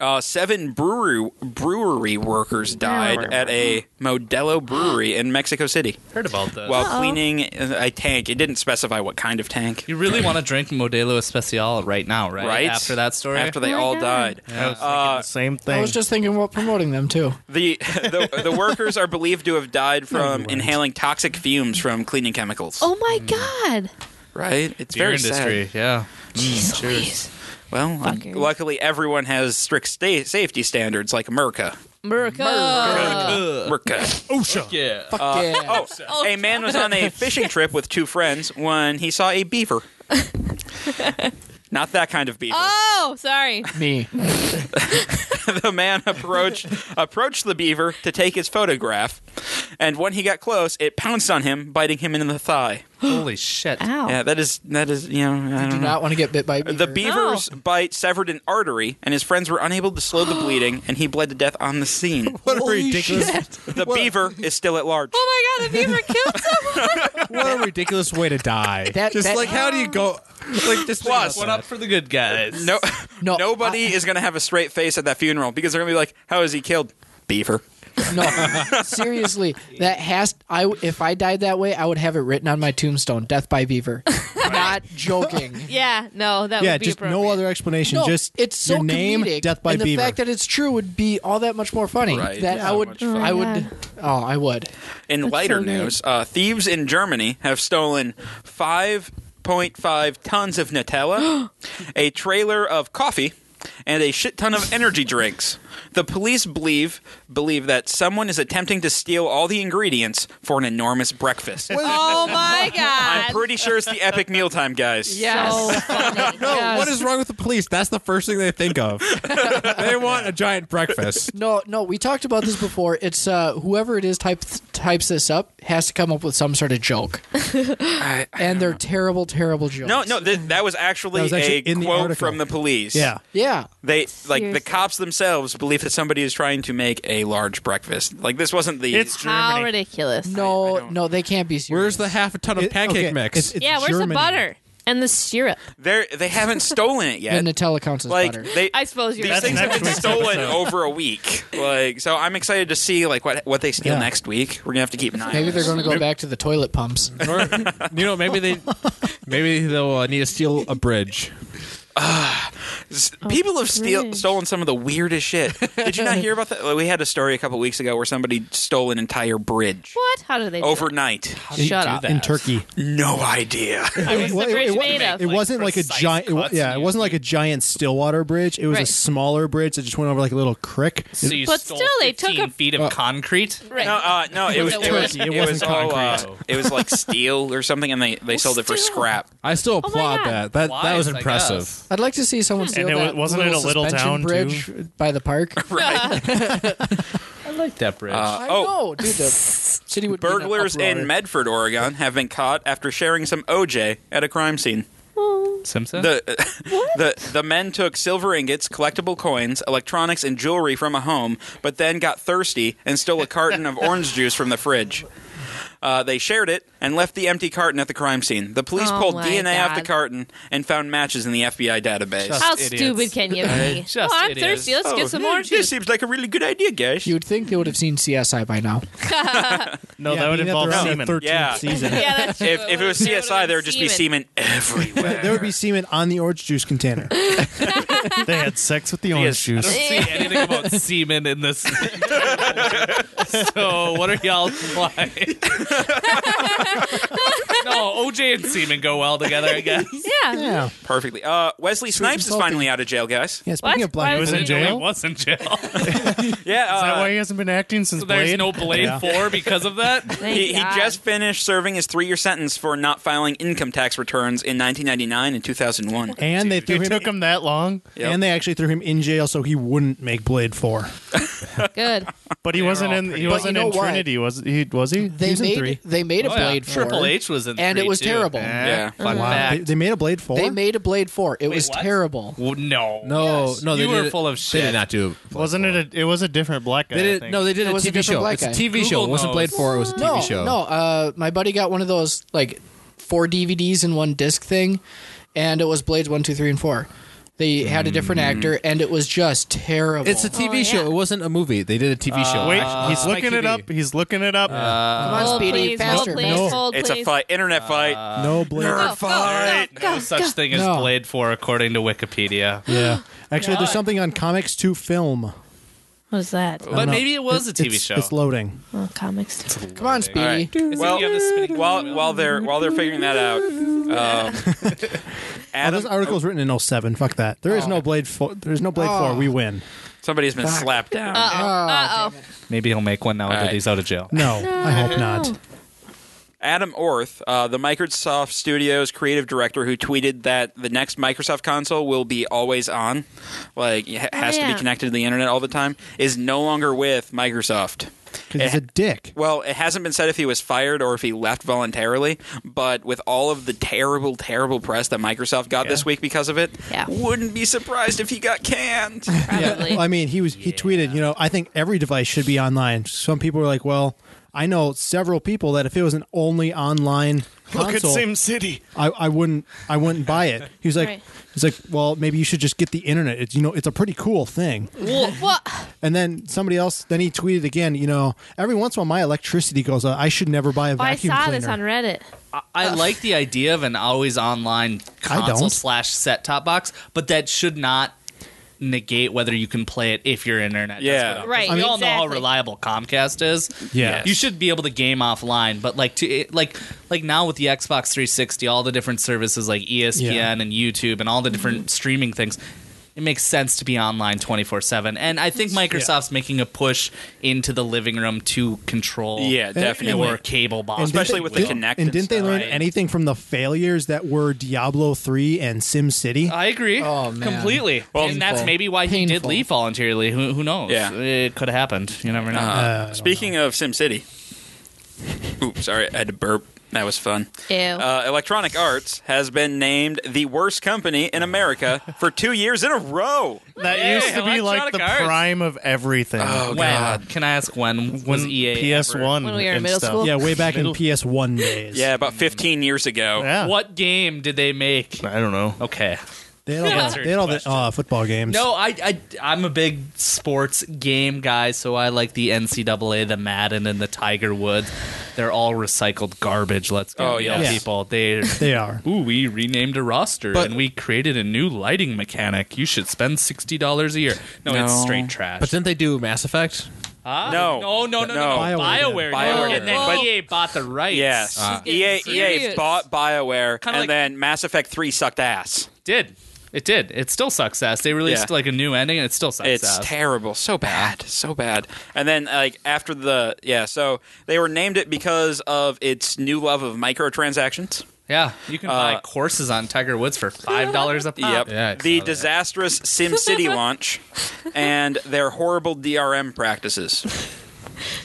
S1: Uh, seven brewery brewery workers died at a Modelo brewery in Mexico City.
S8: Heard about this.
S1: while cleaning uh, a tank. It didn't specify what kind of tank.
S8: you really want to drink Modelo Especial right now, right?
S1: Right
S8: After that story?
S1: After they
S4: Oh my
S1: all
S4: God.
S1: died. Uh,
S2: the same thing.
S7: I was just thinking about promoting them too.
S1: The, the the workers are believed to have died from inhaling toxic fumes from cleaning chemicals.
S4: Oh my god.
S1: Right? It's
S8: Beer
S1: very
S8: industry,
S1: sad.
S8: yeah. Mm,
S4: Jeez Louise.
S1: Well, um,
S4: Fuckers.
S1: luckily everyone has strict sta- safety standards like Merca.
S4: America.
S1: Merca.
S8: Yeah.
S7: Fuck yeah.
S1: Oh, a man was on a fishing trip with two friends when he saw a beaver. Not that kind of beaver.
S4: Oh, sorry.
S7: Me.
S1: the man approached approached the beaver to take his photograph, and when he got close, it pounced on him, biting him in the thigh.
S8: Holy shit.
S4: Ow.
S1: Yeah, that is that is you know. I
S7: Do
S1: don't know.
S7: not want to get bit by a beaver.
S1: The beaver's bite severed an artery, and his friends were unable to slow the bleeding, and he bled to death on the scene.
S5: What a ridiculous,
S1: The beaver is still at large.
S4: Oh my god, the beaver killed someone.
S5: what a ridiculous way to die.
S7: That-
S5: just
S7: that-
S5: like how do you go? Like just
S1: Plus-
S8: One up for the good guys.
S1: No,
S7: No,
S1: nobody is going to have a straight face at that funeral because they're going to be like, "How is he killed?" Beaver.
S7: No, seriously, that has. I if I died that way, I would have it written on my tombstone: "Death by Beaver." Not joking.
S4: Yeah, no, that
S6: Yeah,
S4: would be
S6: just no
S4: appropriate.
S6: other explanation.
S7: No,
S6: just
S7: it's so
S6: your name,
S7: comedic,
S6: death by
S7: and
S6: beaver.
S7: the fact that it's true would be all that much more funny.
S1: Right,
S7: That
S1: so
S7: I would,
S1: much fun.
S7: I
S4: Oh
S7: would,
S4: my
S7: oh, I would.
S1: In lighter
S4: so good.
S1: news, uh, thieves in Germany have stolen 5.5 tons of Nutella, a trailer of coffee, and a shit ton of energy drinks. The police believe believe that someone is attempting to steal all the ingredients for an enormous breakfast.
S4: Oh my god.
S1: I'm pretty sure it's the epic mealtime, guys.
S4: So funny.
S5: No,
S4: Yes.
S5: what is wrong with the police? That's the first thing they think of. they want a giant breakfast.
S7: No, no, we talked about this before. It's uh, whoever it is type th- hypes this up has to come up with some sort of joke, and they're terrible, terrible jokes.
S1: No, no, th- that was actually,
S6: That was actually
S1: a
S6: in the
S1: quote
S6: article.
S1: from the police.
S6: Yeah.
S7: Yeah.
S1: They like the
S4: Seriously.
S1: cops themselves believe that somebody is trying to make a large breakfast. Like this wasn't the
S2: It's
S4: How
S2: Germany.
S4: ridiculous.
S7: No, no, they can't be serious.
S5: Where's the half a ton of
S6: It-
S5: pancake
S6: okay,
S5: mix?
S6: it's- it's
S4: yeah, where's the
S6: Germany.
S4: butter and the syrup?
S1: they they haven't stolen it
S7: the
S1: yet.
S7: Nutella counts as
S1: like
S7: butter?
S1: they
S4: I suppose you're
S1: these
S4: right.
S1: things have been
S2: next week's
S1: stolen over a week. Like so I'm excited to see like what what they steal
S6: Yeah.
S1: next week. We're going to have to keep an eye
S7: Maybe
S1: on
S7: they're
S1: this.
S7: going to go back to the toilet pumps.
S5: or, you know, maybe they, maybe they'll uh, need to steal a bridge.
S1: S- People have steal,
S4: Oh, great.
S1: stolen some of the weirdest shit. Did you not hear about that? Like, we had a story a couple weeks ago where somebody stole an entire bridge
S4: What? How do they do that?
S1: overnight.
S4: Shut up.
S6: in Turkey.
S1: No idea.
S4: What's the bridge made of?
S6: It wasn't like a
S2: precise
S6: giant. It, wa-
S2: cuts
S6: yeah,
S2: and
S6: it
S2: you-
S6: wasn't like a giant Stillwater bridge. It was a
S4: Right.
S6: smaller bridge that just went over like a little creek.
S8: So you
S4: But
S8: stole
S4: still, they took
S8: 15
S4: a-
S8: feet of concrete.
S4: Right.
S1: No, uh, no, it was
S4: was
S1: it was,
S4: turkey.
S1: it
S6: It
S1: was
S6: wasn't
S1: all, uh,
S8: concrete.
S1: it was like steel or something, and they, they sold it for
S4: steel.
S1: scrap.
S5: I still
S4: Oh my
S5: applaud
S4: God. Hmm.
S5: that. That that was
S8: Wise, I
S5: impressive.
S8: guess.
S7: I'd like to see someone steal
S2: it wa-
S7: that
S2: wasn't it a little
S7: suspension
S2: town,
S7: bridge by the park.
S1: Right.
S8: I like that bridge.
S1: Uh,
S7: I
S1: oh,
S7: know, dude. The city would be in an
S1: burglars
S7: uproar.
S1: in Medford, Oregon, have been caught after sharing some OJ at a crime scene.
S8: Simpson?
S1: The the the men took silver ingots, collectible coins, electronics, and jewelry from a home, but then got thirsty and stole a carton of orange juice from the fridge. Uh, they shared it and left the empty carton at the crime scene. The police
S4: Oh
S1: pulled
S4: my
S1: DNA off the
S4: God.
S1: carton and found matches in the FBI database.
S8: Just-
S4: How
S8: idiots.
S4: stupid can you be?
S8: Just
S4: oh, I'm
S8: idiots.
S4: thirsty. Let's get some orange
S1: This
S4: juice.
S1: seems like a really good idea, guys.
S7: You would think they would have seen CSI by now.
S2: No,
S6: Yeah,
S2: that would
S6: being that
S2: involve
S6: they're on
S2: semen.
S6: The 13th
S1: Yeah.
S6: season.
S4: yeah, that's true.
S1: if, if it was
S4: There would've
S1: CSI,
S4: been
S1: there would just be semen everywhere.
S6: There would be semen on the orange juice container.
S2: they had sex with the orange
S1: Yes,
S2: juice.
S1: I
S8: see anything about semen in this. so what are y'all implying? no, OJ and semen go well together, I guess.
S4: Yeah.
S6: yeah.
S1: Perfectly. Uh, Wesley Snipes is
S6: salty.
S1: finally out of jail, guys.
S6: Yeah. Speaking
S4: What?
S6: of blind,
S4: Why was
S2: was in
S4: he-
S8: He
S2: jail.
S8: was in jail.
S1: Yeah.
S2: Is
S1: uh,
S2: that why he hasn't been acting since
S8: So there's
S2: Blade?
S8: no Blade
S6: Yeah.
S8: 4 because of that?
S4: Thank
S1: he, he
S4: God.
S1: just finished serving his three-year sentence for not filing income tax returns in 1999 and 2001.
S6: and they threw
S2: It
S6: him.
S2: took him that long,
S1: Yep.
S6: And they actually threw him in jail so he wouldn't make Blade Four.
S4: good.
S2: but he wasn't
S8: all
S2: in.
S8: pretty
S2: He
S8: But
S2: wasn't
S7: you know
S2: in
S7: what?
S2: Trinity. Was he? Was he?
S7: They
S6: He's in
S7: made
S6: three.
S7: they made a Blade Four.
S8: Oh, Triple H was in
S7: And it
S8: three,
S7: was
S8: too.
S7: terrible.
S1: Yeah.
S8: Fun
S6: They,
S8: fact.
S6: they made a Blade Four.
S7: They made a Blade Four. It was
S8: what?
S7: terrible.
S8: Well, no.
S5: No, no, they
S8: You were
S5: did-
S8: full of
S5: They
S8: shit.
S5: did not do. Blade
S2: Wasn't
S5: Four.
S2: it? A, it was a different black guy.
S5: They
S2: I
S5: did.
S2: think.
S5: No, they did
S7: It
S5: a
S7: was a
S5: TV
S7: different
S5: show.
S7: black
S5: It's a
S7: guy.
S5: TV show.
S8: Google
S5: It wasn't
S8: knows.
S5: Blade Four. It was a TV
S7: No,
S5: show.
S7: no. Uh, my buddy got one of those like four DVDs in one disc thing, and it was Blades one, two, three, and four. They had a different
S8: Mm.
S7: actor, and it was just terrible.
S5: It's a
S1: Oh,
S5: TV
S8: Oh,
S4: yeah.
S5: show. It wasn't a movie. They did a TV
S8: Uh,
S5: show. Uh,
S2: Wait,
S1: Uh,
S5: Actually,
S2: he's
S5: Spike
S2: looking it
S5: TV.
S2: up. He's looking it up.
S7: Come on,
S4: Hold,
S7: Speedy,
S4: please.
S7: faster,
S4: hold, please.
S7: faster.
S4: Hold,
S1: It's
S4: please.
S1: a fight, internet fight.
S6: no Blade.
S1: Nerd
S4: go,
S1: fight.
S8: no such thing as
S7: No.
S8: Blade 4 according to Wikipedia.
S6: Yeah. Actually, there's something on comics to film.
S4: What is that?
S8: But maybe it was a
S6: It-
S8: TV
S6: it's-
S8: show.
S6: It's loading.
S4: Oh, comics.
S7: Come on, Speedy.
S1: All right. Well,
S8: you have the spinning
S1: while while they're while they're figuring that out, um,
S6: Oh,
S1: Adam, Oh.
S6: this article was written in 07. Fuck that. There is no Blade 4. There's no Blade 4. We win.
S1: somebody has been slapped down.
S4: Uh oh.
S8: Maybe he'll make one now
S1: All
S8: that
S1: right.
S8: he's out of jail.
S6: No, I hope
S4: No.
S6: not.
S1: Adam Orth, uh, the Microsoft Studios creative director, who tweeted that the next Microsoft console will be always on, like it ha- has to
S4: Oh, yeah.
S1: be connected to the internet all the time, is no longer with Microsoft.
S6: Because he's a dick.
S1: Well, it hasn't been said if he was fired or if he left voluntarily, but with all of the terrible, terrible press that Microsoft got this week because of it,
S4: Yeah.
S1: wouldn't be surprised if he got canned.
S4: Probably.
S6: Well, I mean, he was he tweeted, you know, I think every device should be online. Some people were like, well, I know several people that if it was an only online
S2: Look at
S6: console,
S2: Sim City.
S6: I, I wouldn't I wouldn't buy it. He was like
S4: Right.
S6: he's like, well, maybe you should just get the internet. It's you know, it's a pretty cool thing.
S4: what?
S6: And then somebody else then he tweeted again, you know, every once in a while my electricity goes out. I should never buy a
S4: I
S6: vacuum
S4: saw
S6: cleaner.
S4: this on Reddit.
S8: I like the idea of an always online
S6: I don't.
S8: console slash set top box, but that should not negate whether you can play it if your internet. does
S1: Yeah.
S8: go down.
S4: Right,
S8: We all know how
S4: exactly.
S8: reliable Comcast is.
S6: Yeah.
S8: You should be able to game offline, but like to it, like like now with the Xbox 360, all the different services like E ESPN
S6: Yeah.
S8: and YouTube and all the different
S4: Mm-hmm.
S8: streaming things. It makes sense to be online 24 7. And I think Microsoft's making a push into the living room to control
S1: Yeah, definitely.
S8: your cable box.
S6: didn't
S1: Especially
S6: they-
S1: with the Kinect
S6: And
S1: and
S6: didn't they
S1: stuff,
S6: learn
S1: right?
S6: anything from the failures that were Diablo three and Sim City?
S8: I agree.
S7: Oh, man.
S8: Completely.
S7: Well,
S8: and that's
S7: Painful.
S8: maybe why he did
S7: Painful.
S8: leave voluntarily. Who, who knows?
S1: Yeah. Uh,
S8: It could have happened. You never know.
S1: Speaking of SimCity, Oops, sorry, I had to burp. That was fun.
S4: Ew.
S1: Uh, Electronic Arts has been named the worst company in America for two years in a row.
S2: That
S8: Yay,
S2: used to be like
S8: Electronic
S2: the
S8: Arts.
S2: prime of everything.
S1: Oh,
S8: when? uh,
S1: God.
S8: Can I ask when was E
S2: when
S8: EA
S2: PS
S8: ever-
S2: One
S4: When we were in
S2: and
S4: middle
S2: stuff.
S4: school?
S6: Yeah, way back in PS1 days.
S1: Yeah, about 15 years ago.
S2: Yeah.
S8: What game did they make?
S2: I don't know.
S8: Okay.
S6: They had all, the,
S8: Answered
S6: they had all the uh, football games.
S8: No, I, I I'm a big sports game guy, so I like the NCAA, the Madden, and the Tiger Woods. They're all recycled garbage. Let's go,
S1: Oh,
S8: yeah,
S6: yes.
S8: people. They.
S6: They are.
S8: Ooh, we renamed a roster
S5: But-
S8: and we created a new lighting mechanic. You should spend sixty dollars a year. No, it's
S1: No.
S8: straight trash.
S5: But didn't they do Mass Effect?
S8: Huh?
S1: No.
S8: no, no, no, no.
S1: No.
S8: Bioware,
S1: Bioware. Bioware.
S8: did. and then
S4: But-
S8: EA bought the rights.
S1: Yes. E EA,
S4: getting
S1: EA
S4: serious.
S1: bought BioWare,
S8: Kinda
S1: and
S8: like-
S1: then Mass Effect 3 sucked ass.
S8: did. It did. It still sucks ass. They released
S1: Yeah.
S8: like a new ending, and it still sucks
S1: It's
S8: ass.
S1: terrible. So bad. So bad. And then, like, after the. Yeah, so they were named it because of its new love of microtransactions.
S8: yeah, you can
S1: Uh,
S8: buy courses on Tiger Woods for five dollars a pop.
S1: Yep.
S5: Yeah, I saw
S1: the
S5: that.
S1: disastrous SimCity launch and their horrible DRM practices.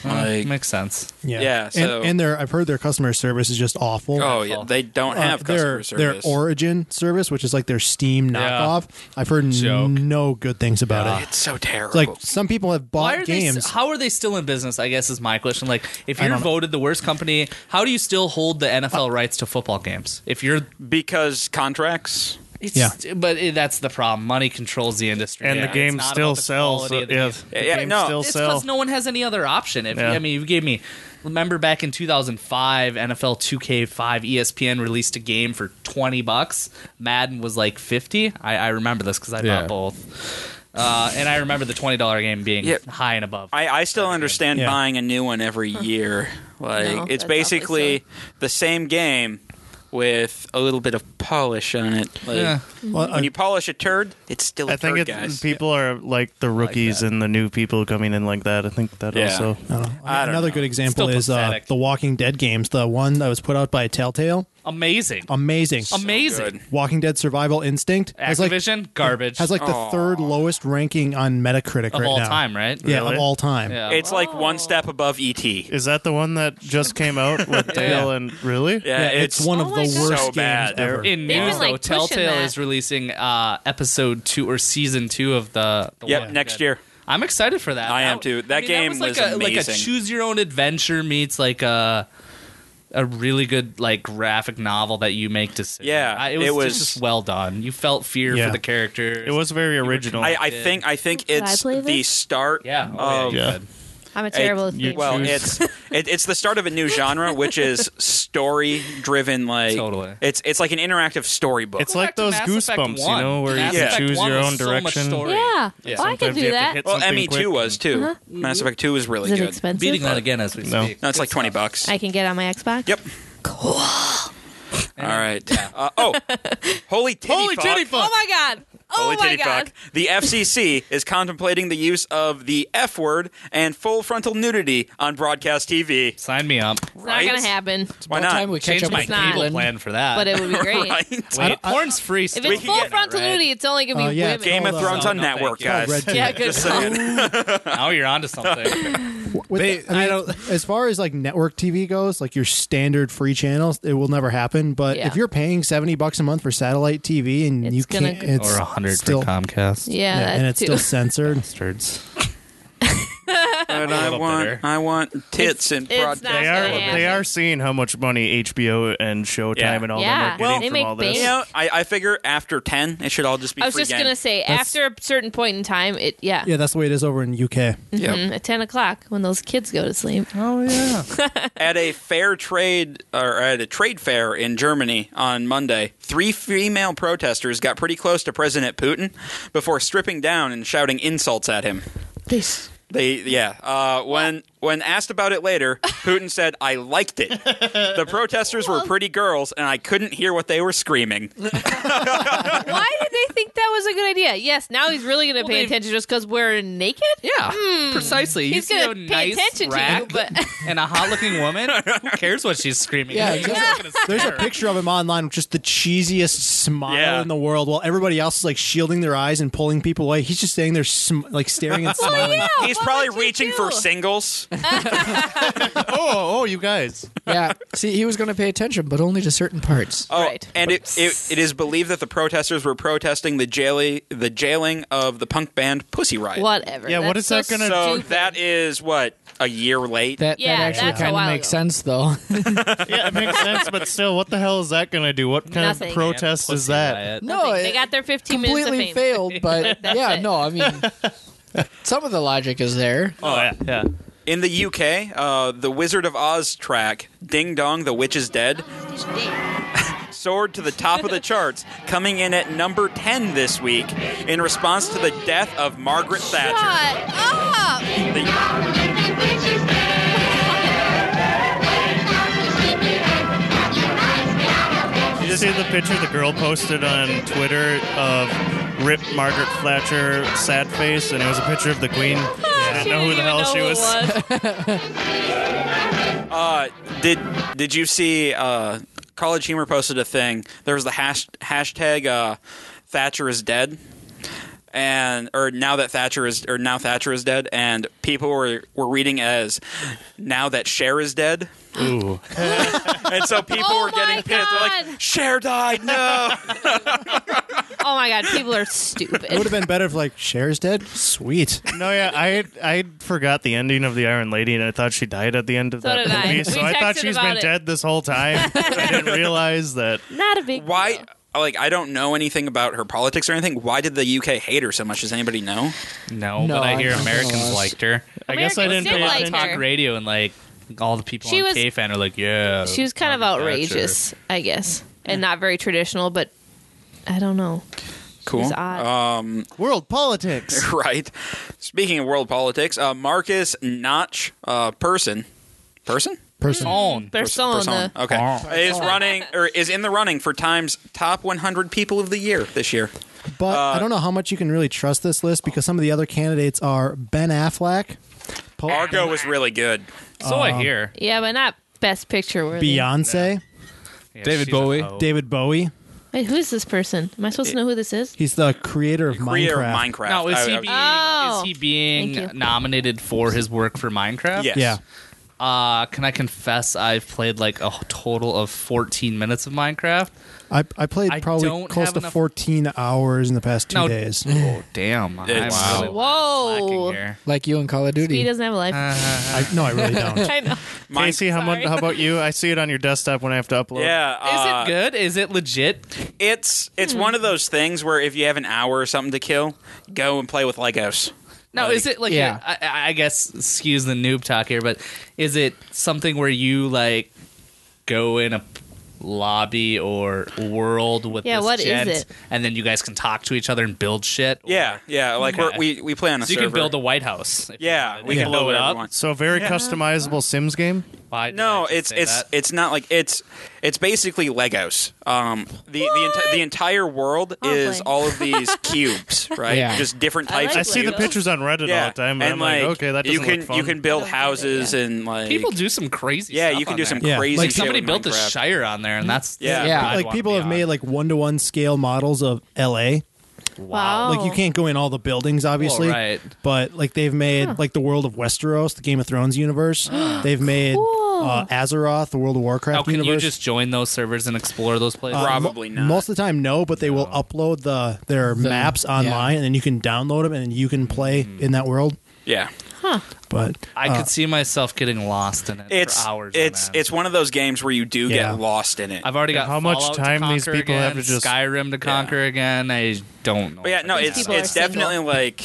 S1: Like,
S8: Makes sense.
S6: Yeah.
S1: Yeah, so-
S6: and, and their I've heard their customer service is just awful.
S1: oh, yeah. They don't
S6: Uh,
S1: have
S6: their
S1: customer service.
S6: their Origin service, which is like their Steam knockoff. I've heard
S5: Joke.
S6: no good things about it.
S1: it's so terrible.
S6: It's like some people have
S8: Why
S6: bought
S8: are
S6: games.
S8: they? s- How are they still in business? I guess is my question. Like, if
S6: I
S8: you're
S6: don't know.
S8: voted the worst company, how do you still hold the
S2: Uh,
S8: NFL rights to football games? If you're,
S1: because contracts.
S8: it's,
S6: Yeah.
S8: but it, that's the problem. Money controls the industry,
S2: And
S8: Yeah.
S2: the game
S8: It's not
S2: still
S8: about the
S2: sells.
S8: quality
S2: Yeah,
S8: of the game.
S2: the
S1: Yeah,
S2: game
S1: no.
S2: still
S8: It's
S2: sells.
S8: because no one has any other option. If
S2: Yeah.
S8: I mean, you gave me. Remember back in 2005, NFL 2K5 ESPN released a game for 20 bucks. Madden was like 50. I, I remember this because I
S5: Yeah.
S8: bought both, uh, and I remember the twenty dollar game being
S1: Yeah.
S8: high and above.
S1: I, I still understand
S6: Yeah.
S1: buying a new one every year. Like
S4: No,
S1: it's
S4: that's
S1: basically
S4: awfully
S1: the same game with a little bit of polish on it. Like,
S8: Yeah.
S6: Well,
S1: When you polish a turd, it's still a
S2: I think
S1: turd,
S2: it's
S1: guys.
S2: people are like the rookies and the new people coming in like that. I think that
S1: Yeah.
S2: also.
S6: I don't know.
S1: I don't
S6: Another
S1: know.
S6: good example
S8: Still
S6: is uh,
S8: pathetic.
S6: the Walking Dead games. The one that was put out by Telltale,
S8: Amazing.
S6: amazing.
S8: Amazing.
S1: good.
S6: Walking Dead Survival Instinct has like
S8: Activision garbage
S6: has like the
S1: Aw.
S6: third lowest ranking on Metacritic
S8: of
S6: right
S8: all
S6: now.
S8: time, right?
S6: Yeah,
S2: Really?
S6: of all time.
S8: Yeah.
S1: It's like one
S4: Oh.
S1: step above E ET. Yeah,
S2: Is that the one that just came out with Dale and really?
S6: Yeah,
S1: it's,
S6: it's, one
S4: Oh
S6: of
S4: my
S6: the
S4: God.
S6: worst
S1: So
S6: games
S1: bad.
S6: ever.
S8: in
S4: They've
S8: news
S4: been, like,
S8: though,
S4: pushing
S8: Telltale
S4: that.
S8: is releasing uh, episode two or season two of the. the
S1: Yep,
S8: Walking
S1: next
S8: Dead.
S1: year.
S8: I'm excited for that.
S1: I am, too. That game
S8: like
S1: was
S8: a, like
S1: amazing.
S8: a choose your own adventure meets like a a really good like graphic novel that you make decisions.
S1: Yeah,
S8: I, it, was
S1: it was-
S8: just well done. You felt fear
S6: Yeah.
S8: for the characters.
S2: It was very original.
S1: I, I think I think
S4: Did I
S1: it's
S4: play
S1: the
S4: this?
S1: start.
S8: yeah.
S1: of-
S8: Oh, yeah, you
S2: Yeah.
S8: could.
S4: I'm a terrible
S2: you
S4: thief.
S1: Well,
S2: choose-
S1: it's it, it's the start of a new genre, which is story-driven. Like
S8: Totally.
S1: it's it's like an interactive storybook.
S2: it's
S8: Go
S2: like
S8: back to
S2: those
S8: Mass Effect
S2: goosebumps, you
S8: one.
S2: know, where
S8: Mass
S2: you
S8: Effect
S2: can choose
S8: one
S2: your
S8: was
S2: own
S8: so much
S2: direction.
S8: story.
S4: yeah.
S8: Yeah,
S4: Well, I can
S2: Sometimes you
S4: do
S2: have to
S4: that. Uh-huh.
S2: hit
S1: well,
S2: something
S1: ME2
S2: quick.
S1: was too. Mass Effect 2 is really
S4: Is it
S1: good.
S4: expensive?
S8: Beating on it again as we
S2: No.
S8: speak.
S1: No, it's like 20 bucks.
S4: I can get on my Xbox.
S1: Yep. Cool. All right. Uh, oh, holy titty fuck.
S4: Oh my god. Oh
S1: Holy
S4: my
S1: titty
S4: god.
S1: fuck. The FCC is contemplating the use of the F word and full frontal nudity on broadcast TV.
S8: Sign me up.
S4: It's
S1: Right?
S4: not gonna happen.
S1: Why
S7: About
S1: not?
S7: time we catch
S8: Change
S7: up
S8: my
S7: with
S4: not.
S8: cable
S7: Cleveland.
S8: plan for that.
S4: But it would be great.
S1: right?
S8: Wait, porn's free.
S4: If
S8: still.
S4: it's full
S1: get it,
S4: frontal
S8: right?
S4: nudity, it's only gonna be
S6: Oh, yeah,
S4: women.
S6: it's
S1: Game of
S6: Oh,
S1: Thrones
S8: no,
S1: on
S8: no,
S1: network,
S8: thank you. Oh,
S6: Red
S1: guys.
S6: Team.
S4: yeah, good.
S1: Just saying.
S8: now Oh, you're onto something.
S6: With
S5: They-
S6: the- I mean, as far as like network TV goes, like your standard free channels, it will never happen. But
S4: Yeah.
S6: if you're paying seventy bucks a month for satellite TV and
S4: It's
S6: you
S4: gonna
S6: can't,
S4: go-
S6: it's
S8: or a hundred for
S6: still,
S8: Comcast.
S4: Yeah,
S6: yeah,
S4: that
S6: and it's
S4: too.
S6: still censored.
S8: Bastards.
S1: But I
S8: little
S1: want,
S8: bitter.
S1: I want tits in
S4: It's- it's
S1: broadcast.
S4: not
S2: They
S4: gonna
S2: are
S4: happen.
S2: they are seeing how much money HBO and Showtime
S1: Yeah.
S2: and all
S4: Yeah.
S2: them
S4: Well,
S2: are
S4: they
S2: getting
S4: make
S2: from all this.
S4: bank.
S1: You know, I, I figure after 10, it should all just be
S4: I was
S1: free
S4: just
S1: game.
S4: gonna say,
S6: That's-
S4: after a certain point in time, it yeah,
S6: Yeah, that's the way it is over in UK.
S1: Yep.
S4: Mm, at ten o'clock when those kids go to sleep.
S8: Oh yeah.
S1: at a fair trade or at a trade fair in Germany on Monday, three female protesters got pretty close to President Putin before stripping down and shouting insults at him.
S4: This
S1: They yeah. Uh, when when asked about it later, Putin said, "I liked it." The protesters were pretty girls, and I couldn't hear what they were screaming.
S4: Why did they think that was a good idea? Yes, now he's really gonna
S8: Well,
S4: pay
S8: they-
S4: attention just because we're naked. Hmm.
S8: Yeah. Precisely. You
S4: He's
S8: see
S4: gonna
S8: a
S4: pay
S8: nice
S4: attention to you,
S8: rack
S4: but-
S8: and a hot looking woman. Who cares what she's screaming?
S7: Yeah,
S8: Who's
S7: exactly.
S8: gonna
S6: There's a
S8: stare?
S6: picture of him online with just the cheesiest smile
S1: Yeah.
S6: in the world, while everybody else is like shielding their eyes and pulling people away. He's just standing there, sm- like staring and
S1: Oh
S4: Well,
S6: smiling.
S4: Oh, yeah,
S1: He's
S4: what
S1: probably
S4: would you
S1: reaching
S4: do?
S1: for singles.
S2: oh, oh, you guys.
S7: yeah. See, he was going to pay attention, but only to certain parts.
S1: Oh,
S4: Right.
S1: and it, it, it is believed that the protesters were protesting the jailing the jailing of the punk band Pussy Riot.
S4: Whatever.
S2: Yeah, what
S4: That's
S2: is that gonna-
S1: So
S4: stupid.
S1: that is what a year late.
S7: That
S4: Yeah,
S7: that actually
S4: that's a
S7: kind of
S4: while
S7: makes
S4: ago.
S7: sense, though.
S2: Yeah, it makes sense, but still, what the hell is that going to do? What kind
S4: Nothing.
S2: of protest is
S8: Pussy
S2: that?
S8: Riot.
S7: no,
S4: they
S7: it
S4: got their 15 minutes of
S7: completely
S4: fame.
S7: failed. But
S4: That's
S7: yeah,
S4: it.
S7: no, I mean, some of the logic is there.
S2: Oh yeah, yeah.
S1: In the UK, uh, the Wizard of Oz track "Ding Dong, the Witch is Dead" soared to the top of the charts, coming in at number ten this week in response to the death of Margaret Thatcher.
S4: Shut up!
S1: The-
S2: Did you see the picture the girl posted on Twitter of Rip Margaret Thatcher sad face, and it was a picture of the Queen. I don't
S4: She
S2: know who
S4: didn't
S2: the hell
S4: even know
S2: she
S4: who it
S2: was.
S1: uh, did did you see? Uh, College Humor posted a thing. There was the hash, hashtag uh, Thatcher is dead. and or now that Thatcher is or now Thatcher is dead, and people were were reading as now that Cher is dead. Ooh. and so people
S4: Oh
S1: were getting
S4: my
S1: pissed. They're
S4: God.
S1: like, Cher died. No.
S4: Oh my god, people are stupid.
S6: It would have been better if like Cher's dead. Sweet.
S2: No, yeah, I I forgot the ending of the Iron Lady, and I thought she died at the end of
S4: So
S2: that
S4: did I.
S2: movie.
S4: We
S2: So I thought
S4: texted
S2: she's
S4: about
S2: been
S4: it.
S2: dead this whole time. I didn't realize that.
S4: Not a big
S1: Why?
S4: deal.
S1: Like I don't know anything about her politics or anything. Why did the UK hate her so much? Does anybody know?
S8: No,
S7: No,
S8: Oh, but I hear
S7: I-
S8: Americans
S7: I-
S8: liked her.
S2: I guess I didn't
S4: Americans did
S2: pay
S4: like
S2: attention.
S4: her.
S8: Talk radio and like all the people
S4: She
S8: on
S4: was-
S8: K-Fan are like, yeah.
S4: She was kind of
S8: Margaret Thatcher.
S4: outrageous, I guess, and not very traditional, but I don't know.
S1: Cool.
S4: odd.
S1: Um,
S2: World politics.
S1: right. Speaking of world politics, uh, Marcus Notch uh, person. Person?
S6: Person.
S8: Own.
S4: Persona.
S1: Persona. Okay. Is running or is in the running for Time's top 100 people of the year this year.
S6: But I don't know how much you can really trust this list because some of the other candidates are Ben Affleck, Paul,
S1: Argo was really good.
S8: So I hear.
S4: Yeah, but not best picture worthy.
S6: Beyonce,
S8: Yeah,
S5: David
S8: she's a
S5: Bowie.
S8: hoe.
S6: David Bowie.
S4: Wait, who is this person? Am I supposed to know who this is?
S6: He's the creator of
S1: Creator of
S6: Minecraft.
S1: Minecraft.
S8: Now is
S1: I-
S8: he
S1: I-
S8: being
S4: Oh.
S8: is he
S4: Thank
S8: being
S4: you.
S8: nominated for his work for Minecraft?
S1: Yes.
S6: Yeah.
S8: Uh, can I confess I've played like a total of 14 minutes of Minecraft?
S6: I, I played
S8: I
S6: probably
S8: don't
S6: close
S8: have
S6: to
S8: enough-
S6: 14 hours in the past two
S8: No.
S6: days.
S8: Oh damn! I'm
S1: It's-
S8: really
S4: Whoa.
S8: slacking here.
S7: Like you in Call of Duty.
S4: He doesn't have a life.
S6: I, no, I really don't.
S4: I know.
S1: Mine-
S2: Casey, how, mu-
S4: Sorry.
S2: how about you? I see it on your desktop when I have to upload.
S1: Yeah, uh,
S8: Is it good? Is it legit? Hmm.
S1: It's it's one of those things where if you have an hour or something to kill, go and play with Legos.
S8: No, is it like?
S7: Yeah.
S8: I- I, I guess excuse the noob talk here, but is it something where you like go in a lobby or world with
S4: Yeah,
S8: this
S4: what is
S8: gent,
S4: it?
S8: and then you guys can talk to each other and build shit? Or-
S1: Yeah, yeah. Like we're,
S8: Okay.
S1: we we play on a
S8: so you
S1: server.
S8: can build a White House. if you
S1: yeah,
S8: wanted.
S1: we
S8: You
S1: can blow it up.
S2: So a very customizable Sims game.
S8: Why did I
S1: No,
S8: just
S1: it's
S8: say
S1: it's
S8: that?
S1: it's not like it's it's basically Legos. Um, the the, enti- the entire world
S4: I'll
S1: is
S4: play.
S1: all of these cubes, right?
S7: Yeah.
S1: Just different
S4: I
S1: types.
S4: like
S2: I
S1: of
S2: see the
S1: cubes.
S2: pictures on Reddit all the time, and, I'm like, okay, that doesn't
S1: you can
S2: look fun.
S1: you can build
S4: I don't get it,
S1: houses and like
S8: people do some crazy.
S1: Yeah,
S8: stuff
S1: you can
S8: on
S1: do
S8: there.
S1: some
S6: Yeah,
S1: crazy.
S6: like shit
S8: Somebody
S1: with
S8: built a
S1: Minecraft.
S8: Shire on there, and that's
S1: Yeah.
S7: Yeah.
S8: I'd
S6: Like
S8: wanna
S6: people
S8: be
S6: have
S8: on.
S6: made like one to one scale models of LA.
S4: Wow.
S6: Like you can't go in all the buildings, obviously.
S8: Oh. right.
S6: But like they've made like the world of Westeros, the Game of Thrones universe. they've made
S4: Cool.
S6: uh, Azeroth, the World of Warcraft
S8: Now, can
S6: universe.
S8: you just join those servers and explore those places?
S1: Uh, Probably not.
S6: Most of the time, no, but they will upload the their maps online, and then you can download them, and then you can play in that world.
S1: Yeah,
S6: But
S8: I could see myself getting lost in it
S1: it's
S8: for hours. on
S1: it's
S8: end.
S1: it's one of those games where you do
S6: Yeah.
S1: get lost in it.
S8: I've already got
S2: How much
S8: Fallout to
S2: time these
S8: conquer
S2: people have
S8: again,
S2: to just-
S8: Skyrim to conquer again. I don't know.
S1: but yeah, no,
S4: These
S1: it's
S4: people are
S1: it's definitely like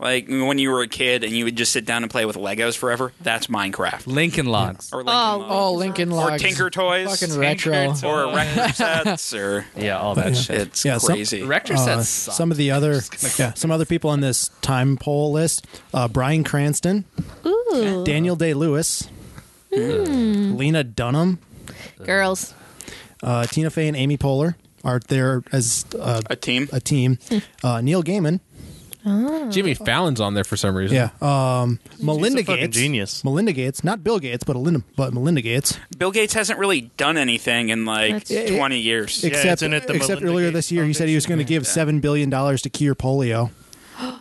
S1: like when you were a kid and you would just sit down and play with Legos forever. That's Minecraft
S8: Lincoln Logs.
S1: or Lincoln
S4: Oh,
S1: Logs.
S7: oh, Lincoln
S1: or
S7: Logs.
S1: Tinker Toys
S7: Fucking retro.
S8: Tinker
S1: or Record Sets or
S8: Yeah, all that shit.
S1: it's
S6: Yeah, some-
S1: crazy.
S8: Rector
S6: uh,
S8: sets suck.
S6: some of the other yeah, some other people on this time poll list: uh, Brian Cranston,
S4: Ooh. Hmm.
S6: Daniel Day Lewis, Lena Dunham,
S4: Girls.
S6: uh, Tina Fey, and Amy Poehler are there as uh,
S1: a team.
S6: a team.
S4: Hmm.
S6: Uh, Neil Gaiman,
S4: Oh.
S5: Jimmy
S1: Oh.
S5: Fallon's on there for some reason.
S6: yeah, um, Melinda
S2: a fucking
S6: Gates,
S2: genius.
S6: Melinda Gates, not Bill Gates, but Melinda, but Melinda Gates.
S1: Bill Gates hasn't really done anything in like
S4: That's-
S1: twenty years.
S2: Yeah,
S6: Except,
S2: it's in it, the
S6: except
S2: Melinda
S6: earlier
S2: Gates
S6: this year, he said he was going to give seven billion dollars to cure polio.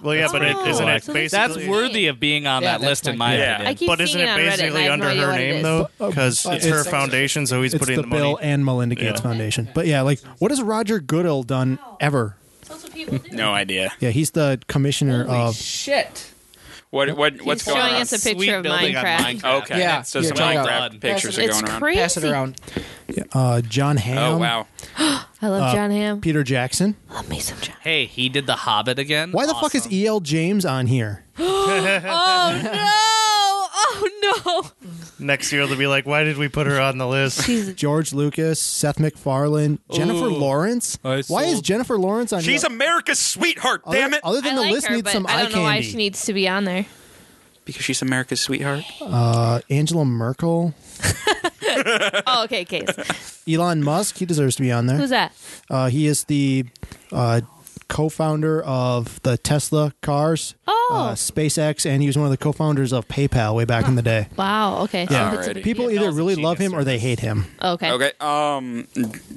S2: Well, yeah, but
S4: Oh,
S2: it, isn't it
S4: so
S2: basically
S4: that's
S8: That's
S4: neat.
S8: worthy of being on
S7: Yeah,
S8: that
S7: that's
S8: list in
S7: my-
S8: my
S1: Yeah.
S8: opinion.
S4: I keep
S2: But
S4: seeing
S2: isn't
S4: it,
S2: it
S4: on Reddit, and
S2: basically
S4: I have no
S2: under
S4: idea
S2: her
S4: what it
S2: name
S4: is.
S2: though? Because
S6: Uh,
S2: it's, her
S6: it's-
S2: foundation, so he's
S6: it's
S2: putting
S6: the,
S2: the
S6: Bill
S2: money.
S6: and Melinda Gates
S2: Yeah.
S6: Foundation. But yeah, like what has Roger Goodell done ever?
S4: That's what people do.
S1: No idea.
S6: Yeah, he's the commissioner
S7: Holy
S6: of.
S7: shit.
S1: What what what's
S4: He's
S1: going
S4: showing
S1: on?
S4: us a picture
S8: Sweet
S4: of
S8: building on
S4: Minecraft.
S1: Okay.
S7: Yeah,
S1: So
S7: yeah,
S1: some
S7: check it
S1: Minecraft
S8: out.
S1: pictures are
S4: It's
S1: going around.
S4: crazy.
S7: Pass it around.
S6: uh, John Hamm. Uh,
S1: Oh wow.
S4: I love John Ham.
S6: Peter Jackson.
S4: Love me some John.
S8: Hey, he did The Hobbit again.
S6: Why the fuck is
S8: Awesome.
S6: E.L. James on here?
S4: Oh no! Oh no!
S2: Next year they'll be like, why did we put her on the list?
S4: She's
S6: George Lucas, Seth McFarlane, Jennifer Lawrence.
S5: I
S6: Why is
S5: sold-
S6: Jennifer Lawrence on?
S1: She's
S6: here?
S1: America's sweetheart.
S6: Other-
S1: damn it.
S6: Other
S4: I
S6: than the
S4: like
S6: list
S4: her,
S6: needs
S4: but
S6: some
S4: I
S6: eye
S4: don't know why
S6: candy.
S4: she needs to be on there.
S1: Because she's America's sweetheart.
S6: uh, Angela Merkel,
S4: Oh, okay, Case.
S6: Elon Musk. He deserves to be on there.
S4: Who's that?
S6: Uh, he is the uh, co-founder of the Tesla cars, uh,
S4: Oh,
S6: SpaceX, and he was one of the co-founders of PayPal way back in the day.
S4: wow. Okay. so
S6: Yeah.
S4: it's a-
S1: Alrighty.
S6: People
S8: Yeah, that
S6: either
S8: was a
S6: really love
S8: genius
S6: him or they hate him.
S4: Okay.
S1: Okay. Um,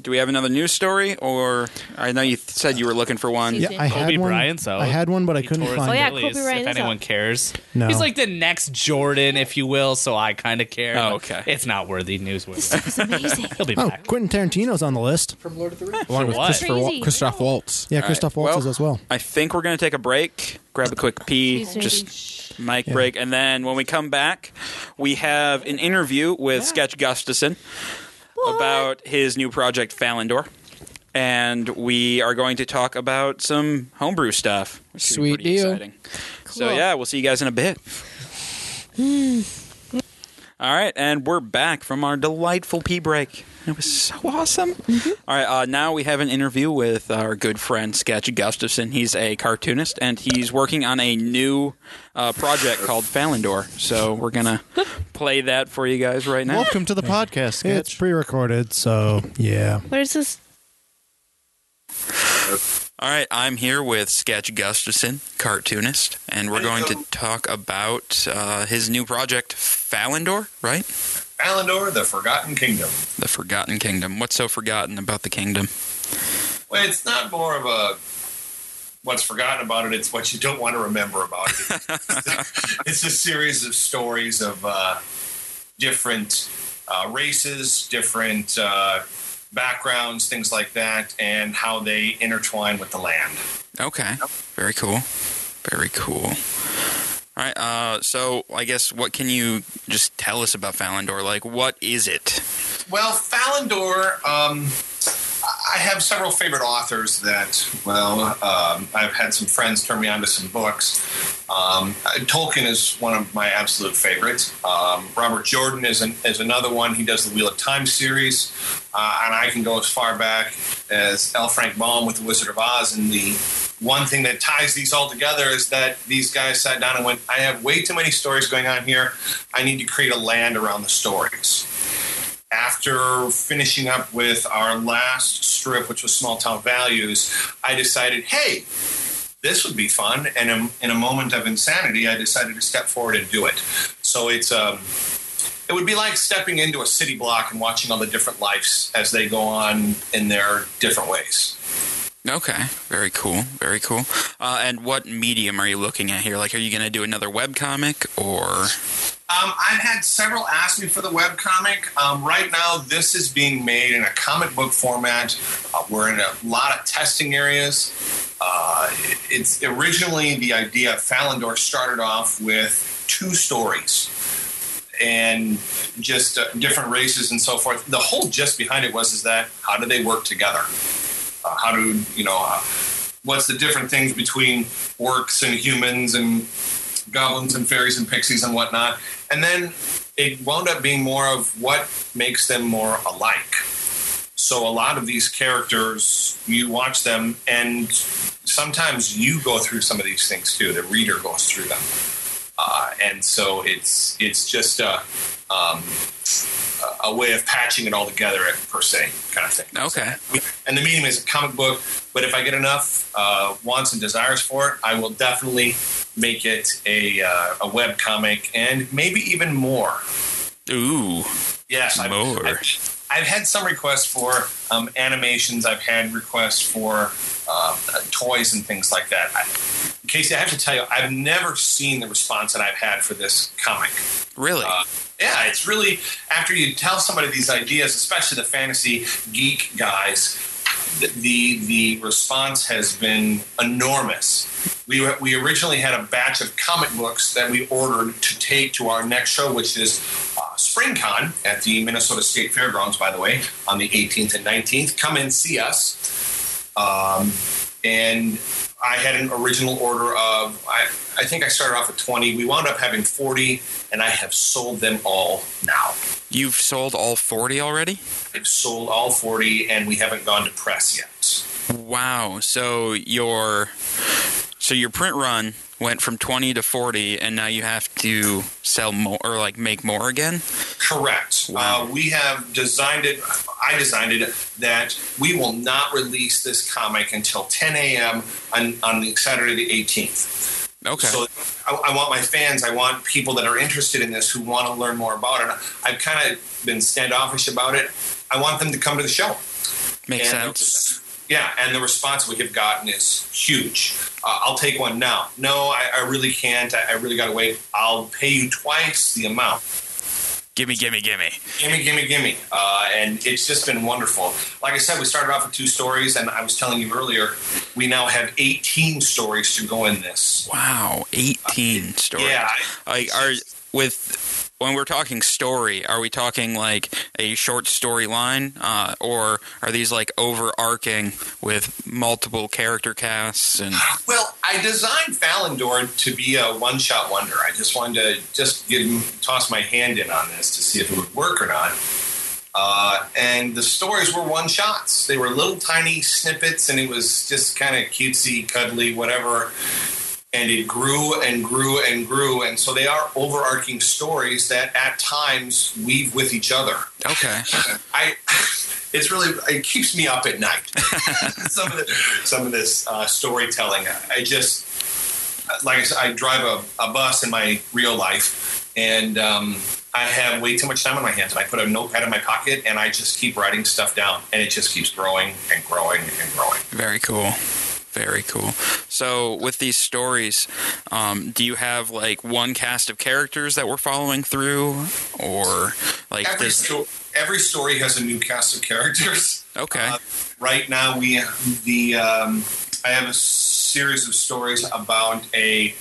S1: do we have another news story, or I know you th- said you were looking for one.
S4: Yeah.
S6: Yeah, I had
S8: Kobe
S6: one.
S8: Bryant's out.
S6: I had one, but I
S8: He
S6: couldn't
S8: tore his
S6: find
S4: Oh, yeah,
S6: it.
S8: Achilles,
S4: Kobe Bryant
S8: If
S4: is
S8: anyone
S4: out.
S8: cares,
S6: No.
S8: he's like the next Jordan, if you will. So I kind of care.
S1: Oh,
S8: but
S1: okay.
S8: it's not worthy newsworthy.
S4: It's amazing.
S8: He'll be
S6: Oh,
S8: back.
S6: Quentin Tarantino's on the list.
S7: From Lord of the Rings.
S5: Along with
S8: what?
S5: Christopher Wal-
S4: Crazy.
S5: Christoph Waltz.
S6: Yeah,
S1: All
S6: Christoph
S1: right,
S6: Waltz
S1: well,
S6: is as well.
S1: I think we're gonna take a break, grab a quick pee,
S4: Excuse me.
S1: just mic break, and then when we come back, we have an interview with Sketch Gustafson about his new project Falindor, and we are going to talk about some homebrew stuff. which should be
S7: Sweet
S1: pretty
S7: deal.
S1: Exciting. So
S4: Cool. Hmm.
S1: yeah, we'll see you guys in a bit. All right, and we're back from our delightful pee break. It was so awesome. All right, uh, now we have an interview with our good friend Sketch Gustafson. He's a cartoonist, and he's working on a new uh, project called Falindor. So we're gonna play that for you guys right now.
S2: Welcome to the podcast,
S6: It's
S2: Sketch.
S6: pre-recorded, so yeah.
S4: Where's this?
S1: All right, I'm here with Sketch Gustafson, cartoonist, and we're going to talk about uh, his new project, Falindor. Right,
S9: Alendor, the Forgotten Kingdom.
S1: the Forgotten Kingdom. What's so forgotten about the kingdom?
S9: Well, it's not more of a what's forgotten about it, it's what you don't want to remember about it. it's a series of stories of uh, different uh, races, different uh, backgrounds, things like that, and how they intertwine with the land.
S1: Okay. Very cool. Very cool. All right. Uh, so I guess what can you just tell us about Falindor? Like, what is it?
S9: Well, Falindor, um, I have several favorite authors that, well, um, I've had some friends turn me on to some books. Um, uh, Tolkien is one of my absolute favorites. Um, Robert Jordan is, an, is another one. He does the Wheel of Time series. Uh, and I can go as far back as L. Frank Baum with The Wizard of Oz. And the one thing that ties these all together is that these guys sat down and went, I have way too many stories going on here. I need to create a land around the stories after finishing up with our last strip, which was Small Town Values, I decided, hey, this would be fun. And in, in a moment of insanity, I decided to step forward and do it. So it's um, it would be like stepping into a city block and watching all the different lives as they go on in their different ways.
S1: Okay. Very cool. Very cool. Uh, and what medium are you looking at here? Like, are you going to do another webcomic or.
S9: Um, I've had several ask me for the webcomic. Um, right now, this is being made in a comic book format. Uh, we're in a lot of testing areas. Uh, it- it's originally the idea of Falindor started off with two stories and just uh, different races and so forth. The whole gist behind it was is that how do they work together? Uh, how do you know? Uh, what's the different things between orcs and humans and goblins and fairies and pixies and whatnot. And then it wound up being more of what makes them more alike. So a lot of these characters, you watch them, and sometimes you go through some of these things too. The reader goes through them, uh, and so it's it's just a um, a a way of patching it all together per se, kind of thing
S1: Okay.
S9: and the medium is a comic book. But if I get enough uh, wants and desires for it, I will definitely make it a uh, a web comic and maybe even more.
S1: Ooh.
S9: Yes, I've,
S1: More.
S9: I've, I've had some requests for um, animations. I've had requests for uh, uh, toys and things like that. I, Casey, I have to tell you, I've never seen the response that I've had for this comic.
S1: Really?
S9: Uh, yeah, it's really after you tell somebody these ideas, especially the fantasy geek guys, th- the the response has been enormous. We we originally had a batch of comic books that we ordered to take to our next show, which is uh, SpringCon at the Minnesota State Fairgrounds, by the way, on the 18th and 19th. Come and see us. Um, and I had an original order of I, I think I started off with 20. We wound up having 40, and I have sold them all now.
S1: You've sold all 40 already?
S9: I've sold all 40, and we haven't gone to press yet.
S1: Wow. So your so your print run went from 20 to 40 and now you have to sell more or like make more again?
S9: Correct. Uh, we have designed it. I designed it that we will not release this comic until 10 a.m. on, on the Saturday the 18th.
S1: Okay.
S9: So I, I want my fans, I want people that are interested in this who want to learn more about it. I've kind of been standoffish about it. I want them to come to the show.
S1: Makes
S9: And-
S1: sense.
S9: Yeah, and the response we have gotten is huge. Uh, I'll take one now. No, I, I really can't. I, I really got to wait. I'll pay you twice the amount.
S1: Gimme, gimme, gimme.
S9: Gimme, gimme, gimme. Uh, and it's just been wonderful. Like I said, we started off with two stories, and I was telling you earlier, we now have 18 stories to go in this.
S1: Wow, 18 stories.
S9: Uh, Yeah.
S1: Like are with when we're talking story, are we talking like a short storyline uh, or are these like overarching with multiple character casts and
S9: Uh, Well, I designed Falindor to be a one shot wonder. I just wanted to just give, toss my hand in on this to see if it would work or not. Uh, and the stories were one shots. They were little tiny snippets, and it was just kind of cutesy, cuddly, whatever. And it grew and grew and grew. And so they are overarching stories that at times weave with each other.
S1: Okay.
S9: I it's really it keeps me up at night. some of the, some of this uh, storytelling, I just like I, said, I drive a, a bus in my real life, and um, I have way too much time on my hands, and I put a notepad in my pocket, and I just keep writing stuff down, and it just keeps growing and growing and growing.
S1: Very cool. Very cool. So, with these stories, um, do you have like one cast of characters that we're following through, or like
S9: Every,
S1: does
S9: sto- every story has a new cast of characters.
S1: okay?
S9: Uh, right now, we the um, I have a series of stories about a,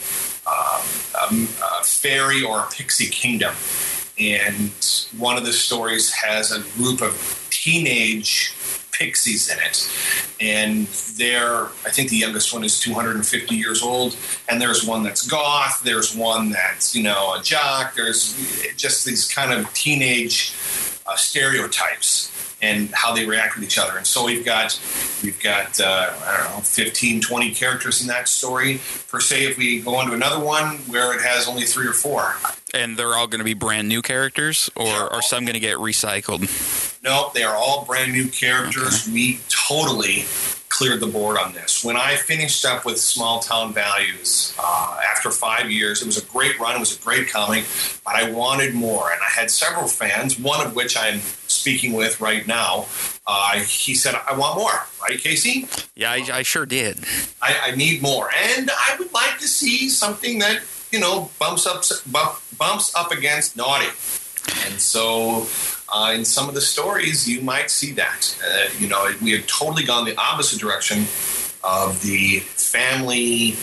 S9: um, um, a fairy or a pixie kingdom, and one of the stories has a group of teenage pixies in it, and they're I think the youngest one is 250 years old, and there's one that's goth, there's one that's you know a jock, there's just these kind of teenage uh, stereotypes and how they react with each other. And so we've got we've got uh, I don't know 15, 20 characters in that story. Per se, if we go on to another one where it has only three or four,
S1: and they're all going to be brand new characters, or are some going to get recycled?
S9: No, they are all brand new characters. We totally cleared the board on this. When I finished up with Small Town Values uh, after five years, it was a great run. It was a great comic, but I wanted more, and I had several fans. One of which I'm speaking with right now. Uh, he said, "I want more." Right, Casey?
S1: Yeah, I, I sure did.
S9: I, I need more, and I would like to see something that you know bumps up bump, bumps up against naughty. And so, uh, in some of the stories, you might see that. Uh, you know, we have totally gone the opposite direction of the family,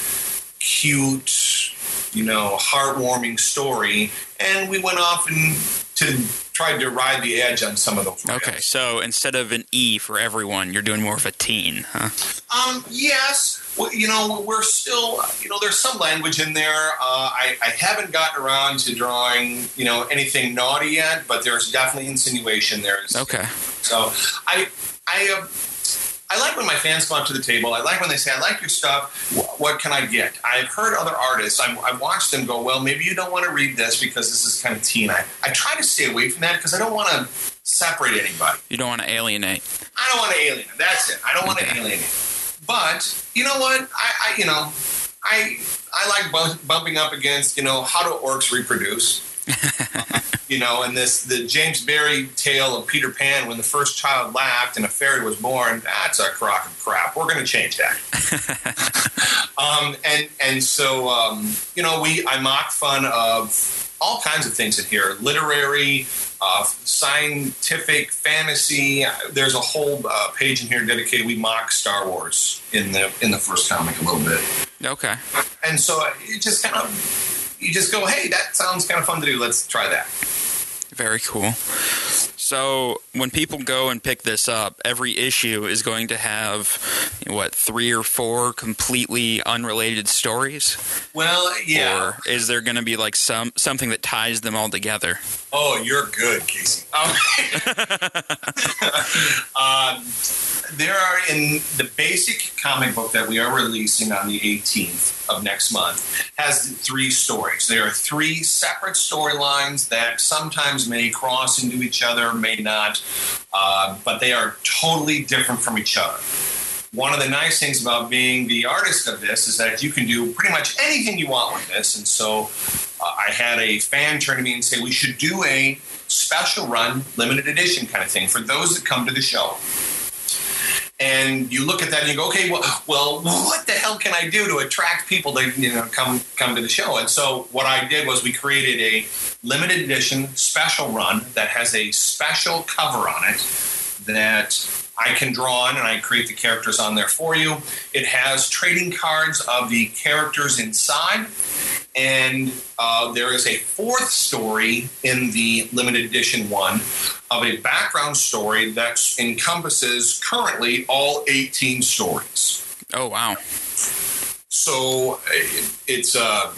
S9: cute, you know, heartwarming story, and we went off and to tried to ride the edge on some of those. rails.
S1: Okay, so instead of an E for everyone, you're doing more of a teen, huh?
S9: Um, yes, well, you know we're still, you know, there's some language in there. Uh, I, I haven't gotten around to drawing, you know, anything naughty yet, but there's definitely insinuation there.
S1: Okay,
S9: So I, I, uh, I like when my fans come up to the table. I like when they say, "I like your stuff. Wh- What can I get?" I've heard other artists. I, I watched them go, "Well, maybe you don't want to read this because this is kind of teen." I, I try to stay away from that because I don't want to separate anybody.
S1: you don't want to alienate.
S9: I don't want to alien him. That's it. I don't want to alien him. But you know what? I, I you know, I I like bu- bumping up against you know how do orcs reproduce? you know, and this the James Barry tale of Peter Pan when the first child laughed and a fairy was born. That's a crock of crap. We're going to change that. um, and and so um, you know, we I mock fun of all kinds of things in here: literary, uh, scientific, fantasy. There's a whole uh, page in here dedicated. We mock Star Wars in the in the first comic a little bit
S1: Okay.
S9: and so it just kind of you just go hey that sounds kind of fun to do let's try that
S1: Very cool. So when people go and pick this up, every issue is going to have what three or four completely unrelated stories.
S9: well yeah
S1: Or is there going to be like some something that ties them all together?
S9: oh you're good casey um, um, there are in the basic comic book that we are releasing on the 18th of next month has three stories there are three separate storylines that sometimes may cross into each other may not uh, but they are totally different from each other one of the nice things about being the artist of this is that you can do pretty much anything you want with this. And so uh, I had a fan turn to me and say, We should do a special run, limited edition kind of thing for those that come to the show. And you look at that and you go, okay, well, well, what the hell can I do to attract people to you know come come to the show? And so what I did was we created a limited edition special run that has a special cover on it that I can draw on and I create the characters on there for you. It has trading cards of the characters inside. And uh, there is a fourth story in the limited edition one of a background story that encompasses currently all 18 stories.
S1: Oh wow!
S9: So it, it's uh,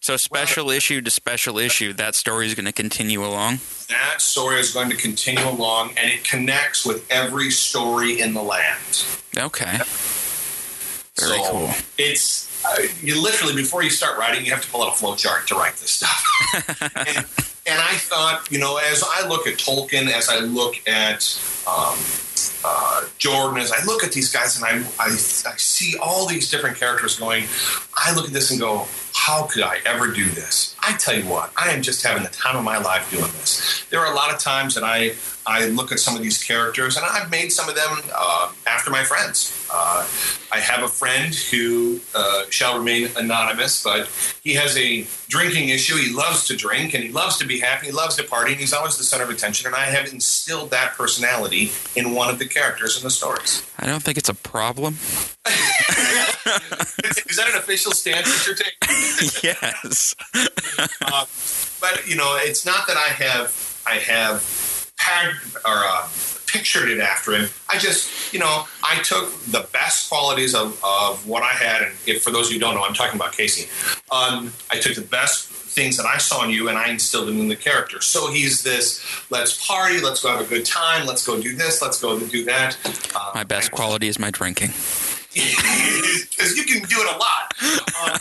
S1: So special issue to special issue, that story is going to continue along.
S9: that story is going to continue along and it connects with every story in the land.
S1: Okay. Very
S9: so
S1: cool.
S9: It's uh, you literally before you start writing, you have to pull out a flow chart to write this stuff. and, and I thought, you know, as I look at Tolkien, as I look at um, uh, Jordan, as I look at these guys, and I, I I see all these different characters going, I look at this and go, how could I ever do this? I tell you what, I am just having the time of my life doing this. There are a lot of times that I I look at some of these characters, and I've made some of them uh, after my friends. Uh, I have a friend who uh, shall remain anonymous, but he has a drinking issue. He loves to drink, and he loves to be happy. He loves to party, and he's always the center of attention. And I have instilled that personality in one of the characters in the stories.
S1: I don't think it's a problem.
S9: Is that an official stance that you're taking?
S1: yes.
S9: Uh, but you know, it's not that I have I have packed or uh, pictured it after him. I just you know I took the best qualities of, of what I had, and if for those of you who don't know, I'm talking about Casey. Um, I took the best things that I saw in you, and I instilled them in the character. So he's this: let's party, let's go have a good time, let's go do this, let's go do that. Uh,
S1: My best quality is my drinking.
S9: because you can do it a lot. Uh,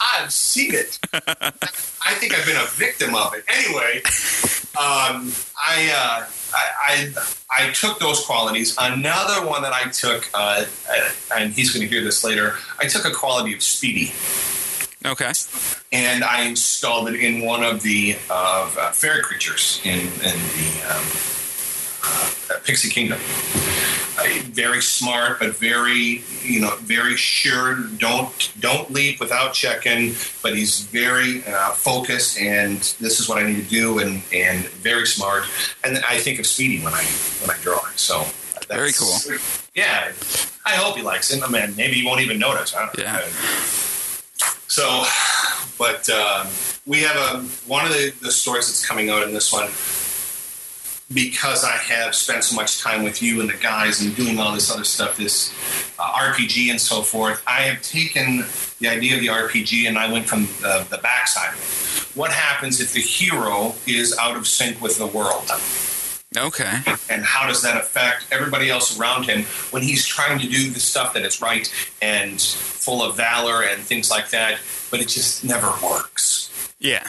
S9: I've seen it. I think I've been a victim of it. Anyway, um, I, uh, I, I I took those qualities. Another one that I took, uh, uh, and he's going to hear this later. I took a quality of Speedy
S1: Okay.
S9: and I installed it in one of the uh, uh, fairy creatures in, in the um, uh, Pixie Kingdom. Uh, very smart, but very you know very sure. Don't don't leap without checking. But he's very uh, focused, and this is what I need to do, and and very smart. And I think of Speedy when I when I draw. it. So that's,
S1: Very cool.
S9: Yeah, I hope he likes it. I mean, maybe he won't even notice. I don't
S1: Yeah.
S9: know. So, but um, we have a one of the, the stories that's coming out in this one because I have spent so much time with you and the guys and doing all this other stuff, this uh, RPG and so forth. I have taken the idea of the RPG and I went from the, the backside of it. What happens if the hero is out of sync with the world?
S1: Okay.
S9: and how does that affect everybody else around him when he's trying to do the stuff that is right and full of valor and things like that but it just never works
S1: Yeah.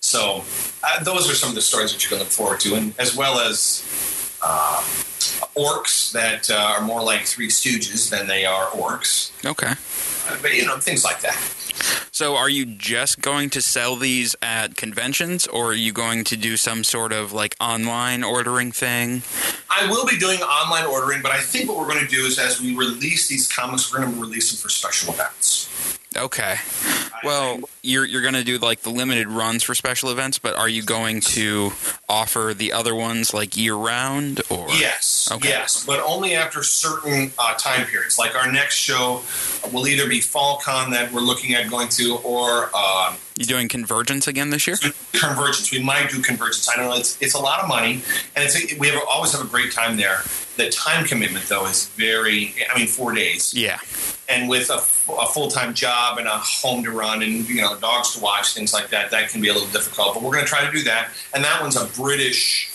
S9: so uh, those are some of the stories that you can look forward to and as well as uh, orcs that uh, are more like three stooges than they are orcs
S1: Okay.
S9: Uh, but you know things like that
S1: So, are you just going to sell these at conventions, or are you going to do some sort of like online ordering thing?
S9: I will be doing online ordering, but I think what we're going to do is as we release these comics, we're going to release them for special events.
S1: Okay. Well, you're you're going to do like the limited runs for special events, but are you going to offer the other ones like year round or
S9: Yes,
S1: Okay.
S9: yes, but only after certain uh, time periods. Like our next show will either be Fall Con that we're looking at going to, or um,
S1: You doing convergence again this year?
S9: Convergence. We might do Convergence. I know it's it's a lot of money, and it's a, we have always have a great time there. The time commitment though is very. I mean, four days.
S1: Yeah.
S9: and with a, full time job and a home to run and you know dogs to watch, things like that, that can be a little difficult. But we're going to try to do that. And that one's a British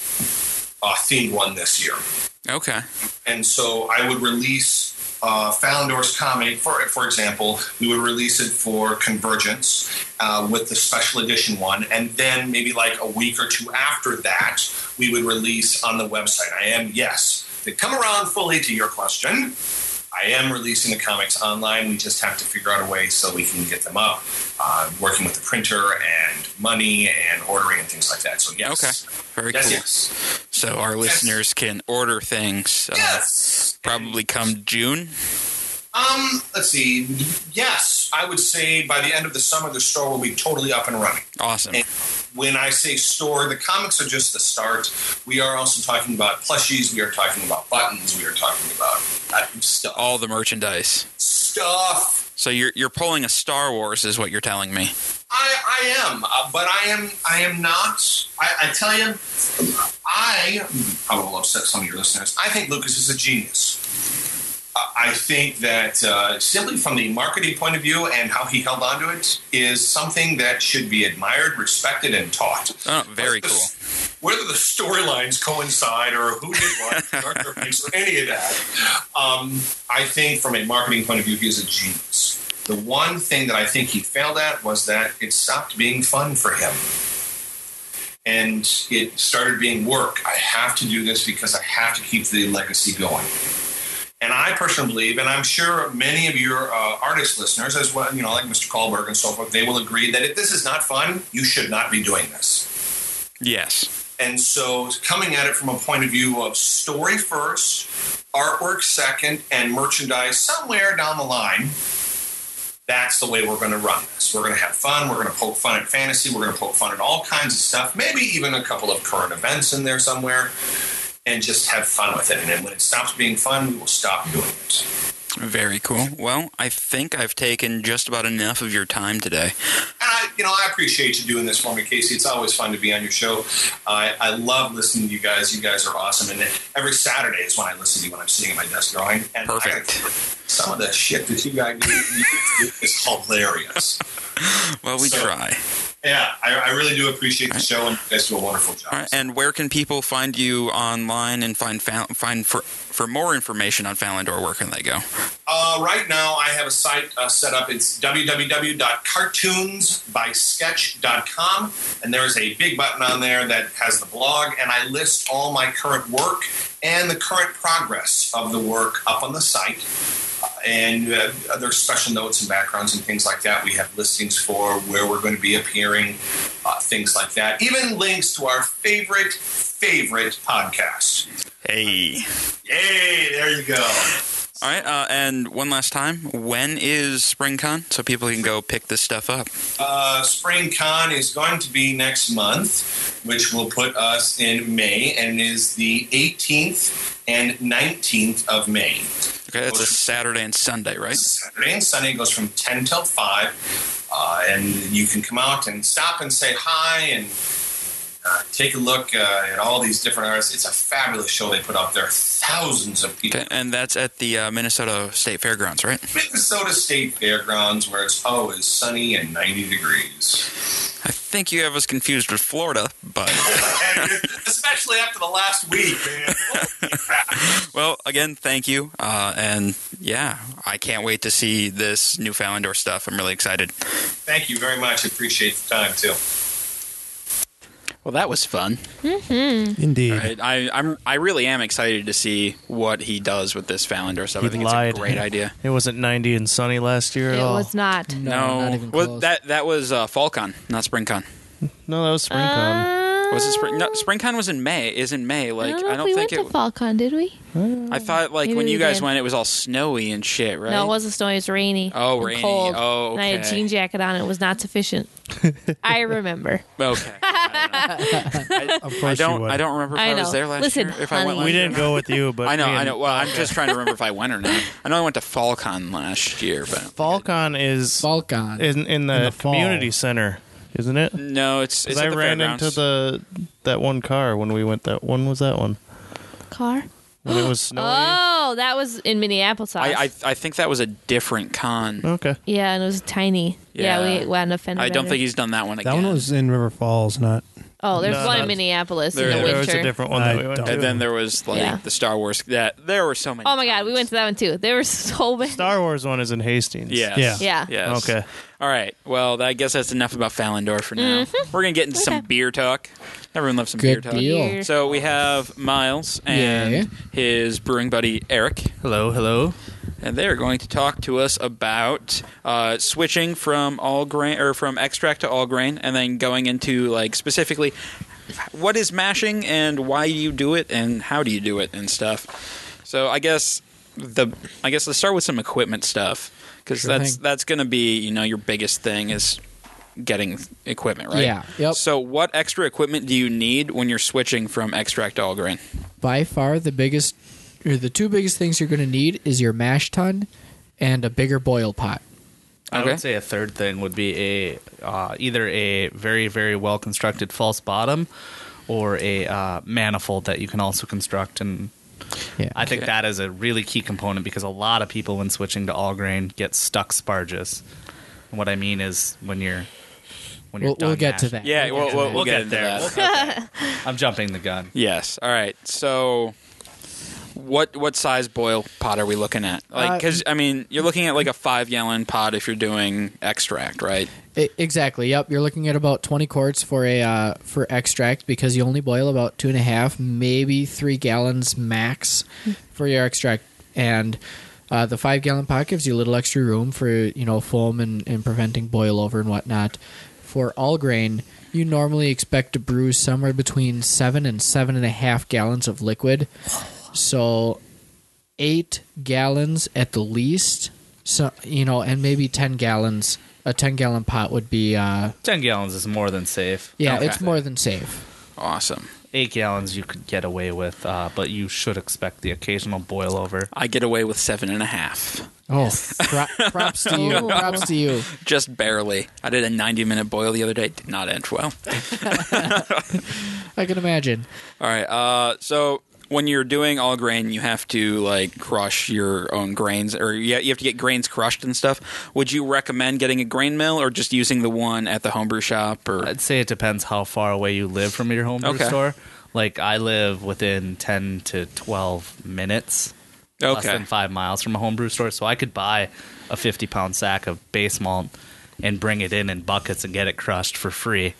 S9: uh, themed one this year.
S1: Okay.
S9: And so I would release uh, Fallendor's comic, for for example, we would release it for Convergence uh, with the special edition one, and then maybe like a week or two after that, we would release on the website. I am yes to come around fully to your question. I am releasing the comics online. We just have to figure out a way so we can get them up. Uh, working with the printer and money and ordering and things like that. So yes,
S1: Okay. Very
S9: yes,
S1: cool.
S9: yes.
S1: So our listeners can order things. Uh,
S9: Yes.
S1: Probably come June.
S9: Um, let's see. Yes, I would say by the end of the summer, the store will be totally up and running.
S1: Awesome.
S9: And when I say store, the comics are just the start. We are also talking about plushies. We are talking about buttons. We are talking about uh, stuff.
S1: All the merchandise.
S9: Stuff.
S1: So you're you're pulling a Star Wars is what you're telling me.
S9: I, I am, uh, but I am, I am not. I, I tell you, I I will upset some of your listeners. I think Lucas is a genius. Uh, I I think that uh, simply from the marketing point of view and how he held on to it is something that should be admired, respected, and taught.
S1: Oh, very
S9: Whether the-
S1: cool.
S9: Whether the storylines coincide or who did what, or any of that, um, I think from a marketing point of view, he is a genius. The one thing that I think he failed at was that it stopped being fun for him and it started being work. I have to do this because I have to keep the legacy going. And I personally believe, and I'm sure many of your uh, artist listeners, as well, you know, like Mr. Kahlberg and so forth, they will agree that if this is not fun, you should not be doing this.
S1: Yes.
S9: And so, coming at it from a point of view of story first, artwork second, and merchandise somewhere down the line, that's the way we're going to run this. We're going to have fun. We're going to poke fun at fantasy. We're going to poke fun at all kinds of stuff, maybe even a couple of current events in there somewhere, and just have fun with it. And then when it stops being fun, we will stop doing it.
S1: Very cool. Well, I think I've taken just about enough of your time today.
S9: And I, you know, I appreciate you doing this for me, Casey. It's always fun to be on your show. I, I love listening to you guys. You guys are awesome. And every Saturday is when I listen to you when I'm sitting at my desk drawing. And I-
S1: Perfect.
S9: some of the shit that you guys do you do is hilarious.
S1: Well, we
S9: So-
S1: try.
S9: Yeah, I, I really do appreciate the show, and you guys do a wonderful job.
S1: All right. And where can people find you online and find Fal- find for for more information on Falindor? Where can they go?
S9: Uh, right now, I have a site uh, set up. It's www.cartoonsbysketch.com, and there is a big button on there that has the blog, and I list all my current work and the current progress of the work up on the site. Uh, And uh, there's special notes and backgrounds and things like that. We have listings for where we're going to be appearing, uh, things like that. Even links to our favorite, favorite podcast.
S1: Hey.
S9: Yay, there you go.
S1: All right. Uh, and one last time, when is SpringCon? So people can go pick this stuff up.
S9: uh, Spring Con is going to be next month, which will put us in May and is the 18th and 19th of May.
S1: Okay, that's a Saturday and Sunday, right?
S9: Saturday and Sunday goes from 10 till 5. Uh, and you can come out and stop and say hi and uh, take a look uh, at all these different artists. It's a fabulous show they put out there. Thousands of people.
S1: Okay, and that's at the uh, Minnesota State Fairgrounds, right?
S9: Minnesota State Fairgrounds, where it's always sunny and 90 degrees.
S1: I think you have us confused with Florida, but
S9: And especially after the last week, man. Holy crap.
S1: well, again, thank you, uh, and yeah, I can't wait to see this new Falindor stuff. I'm really excited.
S9: Thank you very much. Appreciate the time too.
S1: Well, that was fun.
S4: Mm-hmm.
S6: Indeed.
S1: I, I, I'm, I really am excited to see what he does with this Fallender stuff.
S2: He
S1: I think
S2: lied.
S1: it's a great idea.
S2: It wasn't 90 and sunny last year
S4: It
S2: at all.
S4: was not.
S1: No, well, that that was uh, FallCon, not SpringCon.
S2: No, that was SpringCon.
S1: Was it Spring? No, SpringCon was in May. Is in May. Like
S4: I
S1: I don't,
S4: don't know if Oh. we
S1: think
S4: went
S1: it.
S4: to FalCon, did we?
S1: I thought like
S4: Maybe
S1: when
S4: we
S1: you guys
S4: did.
S1: went, it was all snowy and shit, right?
S4: No, it wasn't snowy. It was rainy.
S1: Oh,
S4: and
S1: rainy.
S4: Cold.
S1: Oh,
S4: And I had a
S1: okay.
S4: jean jacket on. It was not sufficient. I remember.
S1: Okay.
S6: Of
S1: I
S6: course you
S1: don't.
S6: would.
S1: I don't remember if
S4: I
S1: I, was
S4: know.
S1: there last
S4: Listen,
S1: year. If I
S4: honey.
S1: went, last
S2: We
S1: year or
S2: didn't
S1: not.
S2: go with you, but
S1: I know.
S2: me and-
S1: I know. Well, I'm just trying to remember if I went or not. I know I went to FallCon last year, but
S2: FallCon is
S7: Falcon.
S2: in, in the,
S6: the fall.
S2: community center, isn't it?
S1: no, it's. it's
S2: I
S1: at the
S2: ran
S1: fairgrounds.
S2: into the that one car when we went. That one was that one
S4: Car.
S2: when it was snowy.
S4: Oh, that was in Minneapolis.
S1: I, I I think that was a different con.
S2: Okay.
S4: yeah, and it was tiny. Yeah,
S1: Yeah.
S4: we wound up fender
S1: I don't
S4: bender.
S1: think he's done that one again.
S6: That one was in River Falls, not.
S4: Oh, there's
S2: No,
S4: one
S2: no.
S4: in Minneapolis
S1: There-
S4: in the
S1: there
S4: winter.
S2: was a different one
S6: I
S2: that we went
S6: don't
S2: to.
S1: And then there was like
S4: Yeah.
S1: the Star Wars. That there were so many.
S4: oh my god, we went to that one too. There were so many.
S2: Star Wars one is in Hastings.
S1: Yes.
S6: Yeah.
S4: Yeah.
S1: Yes.
S2: Okay.
S1: All right. Well, I guess that's enough about Fallendor for now.
S4: Mm-hmm.
S1: We're gonna get into some beer talk. Everyone loves some beer
S7: Good
S1: talk.
S7: deal.
S4: Beer.
S1: So we have Miles and
S7: Yeah.
S1: his brewing buddy Eric,
S8: Hello, hello.
S1: and they are going to talk to us about uh, switching from all grain or from extract to all grain, and then going into like specifically what is mashing and why you do it and how do you do it and stuff. So I guess the I guess let's start with some equipment stuff because
S7: Sure
S1: that's
S7: thing.
S1: that's going to be you know your biggest thing is getting equipment right.
S7: Yeah, yep.
S1: So what extra equipment do you need when you're switching from extract to all grain?
S7: by far the biggest or the two biggest things you're going to need is your mash tun and a bigger boil pot.
S8: I
S1: Okay.
S8: would say a third thing would be a uh, either a very very well constructed false bottom or a uh, manifold that you can also construct and
S7: Yeah.
S8: I think that is a really key component because a lot of people when switching to all grain get stuck sparges. And what I mean is when you're when you're
S7: We'll, we'll
S8: done
S7: get to
S8: mashing-
S7: that.
S1: Yeah, we'll, we'll,
S8: We'll,
S1: we'll
S8: get,
S1: into
S8: there.
S1: that.
S8: We'll- okay. I'm jumping the gun.
S1: Yes. All right. So, what what size boil pot are we looking at? Like,
S7: Uh,
S1: because I mean, you're looking at like a five gallon pot if you're doing extract, right?
S7: E- exactly. Yep. You're looking at about 20 quarts for a uh, for extract because you only boil about two and a half, maybe three gallons max for your extract, and uh, the five gallon pot gives you a little extra room for you know foam and, and preventing boil over and whatnot. For all grain, you normally expect to brew somewhere between seven and seven and a half gallons of liquid. So eight gallons at the least. So you know, and maybe ten gallons. A ten gallon pot would be uh
S8: Ten gallons is more than safe.
S7: yeah,
S1: Okay.
S7: it's more than safe.
S1: Awesome.
S8: Eight gallons you could get away with, uh, but you should expect the occasional boil over.
S1: I get away with seven and a half,
S7: Oh, pro- props to you.
S4: Oh.
S7: Props to you.
S1: just barely. I did a 90 minute boil the other day. Did not end well.
S7: I can imagine.
S1: All right. Uh, so. When you're doing all grain, you have to like crush your own grains, or you you have to get grains crushed and stuff. Would you recommend getting a grain mill, or just using the one at the homebrew shop? Or
S8: I'd say it depends how far away you live from your homebrew
S1: Okay.
S8: store. Like I live within ten to twelve minutes, less than five miles from a homebrew store, so I could buy a fifty-pound sack of base malt and bring it in in buckets and get it crushed for free.